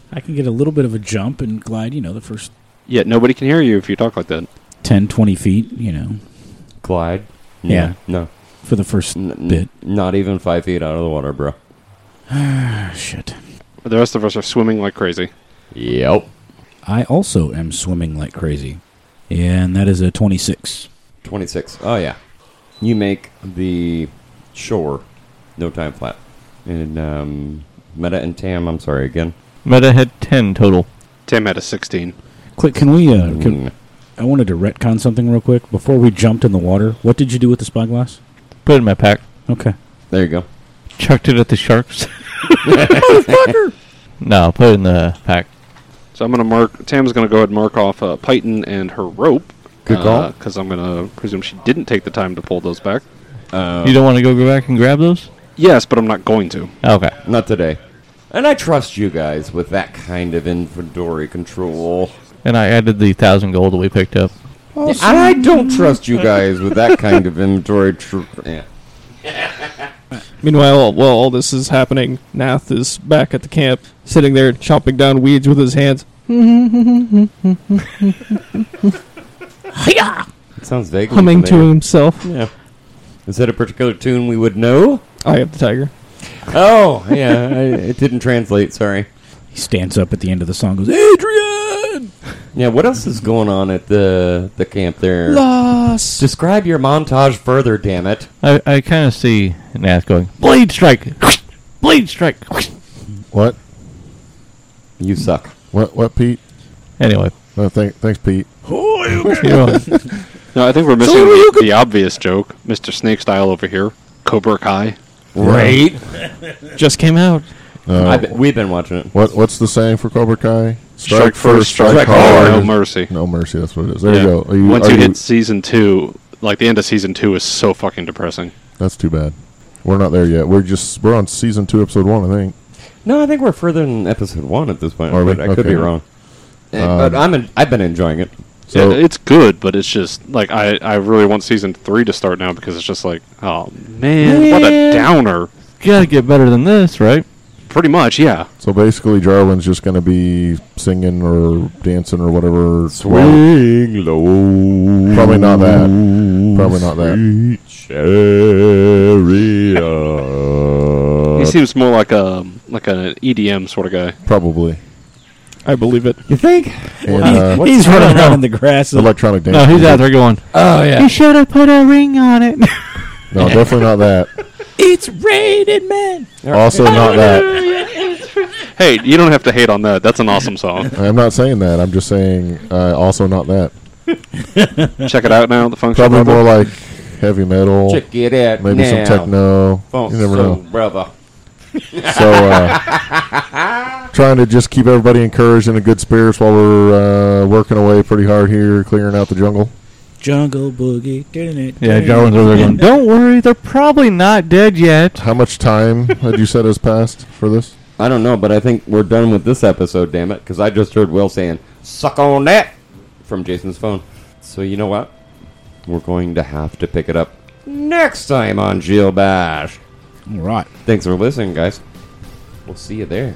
[SPEAKER 6] I can get a little bit of a jump and glide. You know, the first
[SPEAKER 5] yeah, nobody can hear you if you talk like that.
[SPEAKER 6] 10, 20 feet. You know,
[SPEAKER 1] Glide. No,
[SPEAKER 6] Yeah.
[SPEAKER 1] No.
[SPEAKER 6] for the first
[SPEAKER 1] N- n-
[SPEAKER 6] bit.
[SPEAKER 1] Not even five feet out of the water, bro.
[SPEAKER 6] Ah, shit.
[SPEAKER 5] The rest of us are swimming like crazy.
[SPEAKER 1] Yep.
[SPEAKER 6] I also am swimming like crazy, and that is a twenty-six.
[SPEAKER 1] 26. Oh, yeah. You make the shore no time flat. And um, Meta and Tam, I'm sorry again.
[SPEAKER 7] Meta had 10 total.
[SPEAKER 5] Tam had a sixteen.
[SPEAKER 6] Quick, can we? Uh, can,
[SPEAKER 1] Mm.
[SPEAKER 6] I wanted to retcon something real quick before we jumped in the water. What did you do with the spyglass?
[SPEAKER 7] Put it in my pack.
[SPEAKER 6] Okay.
[SPEAKER 1] There you go.
[SPEAKER 7] Chucked it at the sharks. No, put it in the pack.
[SPEAKER 5] So I'm gonna mark. Tam's gonna go ahead and mark off uh, Python and her rope.
[SPEAKER 1] Good call.
[SPEAKER 5] Because I'm gonna presume she didn't take the time to pull those back.
[SPEAKER 7] You don't want to go go back and grab those?
[SPEAKER 5] Yes, but I'm not going to.
[SPEAKER 7] Okay.
[SPEAKER 1] Not today. And I trust you guys with that kind of inventory control.
[SPEAKER 7] And I added the 1,000 gold that we picked up.
[SPEAKER 1] And I don't trust you guys with that kind of inventory. Tr- yeah.
[SPEAKER 4] Meanwhile, while all this is happening, Nath is back at the camp, sitting there chomping down weeds with his hands.
[SPEAKER 1] It sounds vaguely
[SPEAKER 4] humming to
[SPEAKER 1] familiar.
[SPEAKER 4] himself.
[SPEAKER 1] Yeah. Is that a particular tune we would know?
[SPEAKER 4] I have the tiger.
[SPEAKER 1] Oh, yeah. I, it didn't translate. Sorry.
[SPEAKER 6] He stands up at the end of the song. and Goes, Adrian.
[SPEAKER 1] Yeah. What else is going on at the the camp there?
[SPEAKER 4] Lost.
[SPEAKER 1] Describe your montage further. Damn it.
[SPEAKER 7] I, I kind of see Nath going, Blade strike! Blade strike!
[SPEAKER 3] What?
[SPEAKER 1] You suck.
[SPEAKER 3] What? What? Pete?
[SPEAKER 7] anyway.
[SPEAKER 3] No, thank, thanks, Pete.
[SPEAKER 7] you're on.
[SPEAKER 5] No, I think we're missing the, the obvious joke, Mr. Snake Style over here, Cobra Kai.
[SPEAKER 1] Right.
[SPEAKER 4] Just came out.
[SPEAKER 3] Oh.
[SPEAKER 1] I've been, we've been watching it.
[SPEAKER 3] Uh, What What's the saying for Cobra Kai?
[SPEAKER 5] Strike first, strike hard. No mercy.
[SPEAKER 3] No mercy. That's what it is. There
[SPEAKER 5] Yeah.
[SPEAKER 3] you go. Are you,
[SPEAKER 5] Once
[SPEAKER 3] are
[SPEAKER 5] you hit season two, like the end of season two is so fucking depressing.
[SPEAKER 3] that's too bad. We're not there yet. We're just we're on season two, episode one, I think.
[SPEAKER 1] No, I think we're further than episode one at this point.
[SPEAKER 3] Are we?
[SPEAKER 1] but I could
[SPEAKER 3] Okay. Um,
[SPEAKER 1] be wrong. Eh, but I'm in, I've been enjoying it.
[SPEAKER 3] So
[SPEAKER 5] It- it's good, but it's just like I, I really want season three to start now because it's just like, oh man, what a
[SPEAKER 7] Man.
[SPEAKER 5] downer.
[SPEAKER 7] Gotta get better than this, right?
[SPEAKER 5] Pretty much, yeah.
[SPEAKER 3] so basically, Jarwin's just going to be singing or dancing or whatever.
[SPEAKER 1] Swing low.
[SPEAKER 3] Probably not that. Probably not that. Uh,
[SPEAKER 5] he seems more like a like an EDM sort of guy.
[SPEAKER 3] Probably.
[SPEAKER 4] I believe it.
[SPEAKER 1] You think?
[SPEAKER 3] And, uh,
[SPEAKER 7] What's-
[SPEAKER 6] He's running
[SPEAKER 7] I don't
[SPEAKER 6] around
[SPEAKER 7] know.
[SPEAKER 6] in the grass.
[SPEAKER 3] electronic dance.
[SPEAKER 7] No, he's
[SPEAKER 3] music.
[SPEAKER 7] out there going.
[SPEAKER 1] Oh yeah.
[SPEAKER 7] You should have put a ring on it.
[SPEAKER 3] No, definitely not that.
[SPEAKER 6] it's rated man.
[SPEAKER 3] Also not that.
[SPEAKER 5] Hey, you don't have to hate on that. That's an awesome song.
[SPEAKER 3] I'm not saying that. I'm just saying uh, also not that.
[SPEAKER 5] Check it out now. The function.
[SPEAKER 3] Probably
[SPEAKER 5] Brother.
[SPEAKER 3] more like heavy metal,
[SPEAKER 1] Check it out
[SPEAKER 3] maybe
[SPEAKER 1] now.
[SPEAKER 3] some techno.
[SPEAKER 1] Funk
[SPEAKER 3] you never
[SPEAKER 1] soul,
[SPEAKER 3] know.
[SPEAKER 1] brother.
[SPEAKER 3] So uh, trying to just keep everybody encouraged and in good spirits while we're uh, working away pretty hard here, clearing out the jungle.
[SPEAKER 6] Jungle boogie. Doing it.
[SPEAKER 7] yeah, Jarwin's over there going. Don't worry, they're probably not dead yet.
[SPEAKER 3] How much time had you said has passed for this?
[SPEAKER 1] I don't know, but I think we're done with this episode, damn it, because I just heard Will saying, suck on that from Jason's phone. So you know what? We're going to have to pick it up next time on Jill Bash.
[SPEAKER 6] All right.
[SPEAKER 1] Thanks for listening, guys. We'll see you there.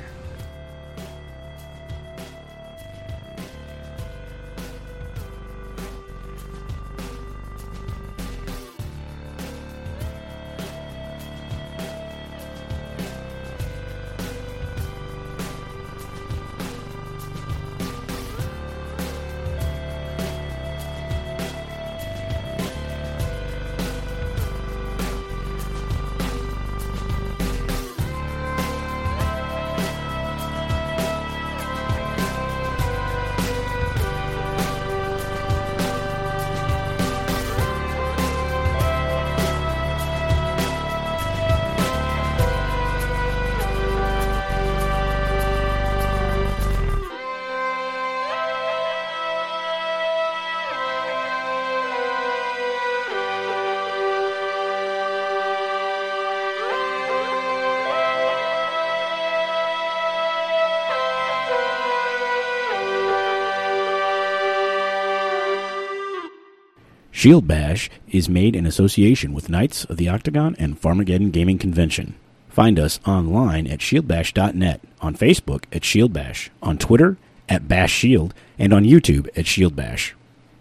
[SPEAKER 6] Shield Bash is made in association with Knights of the Octagon and Farmageddon Gaming Convention. Find us online at shieldbash.net, on Facebook at Shield Bash, on Twitter at Bash Shield, and on YouTube at Shield Bash.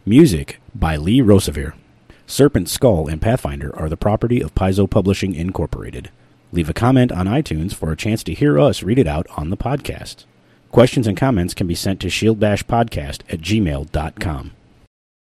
[SPEAKER 6] Music by Lee Rosevere. Serpent Skull and Pathfinder are the property of Paizo Publishing Incorporated. Leave a comment on iTunes for a chance to hear us read it out on the podcast. Questions and comments can be sent to shieldbashpodcast at gmail.com.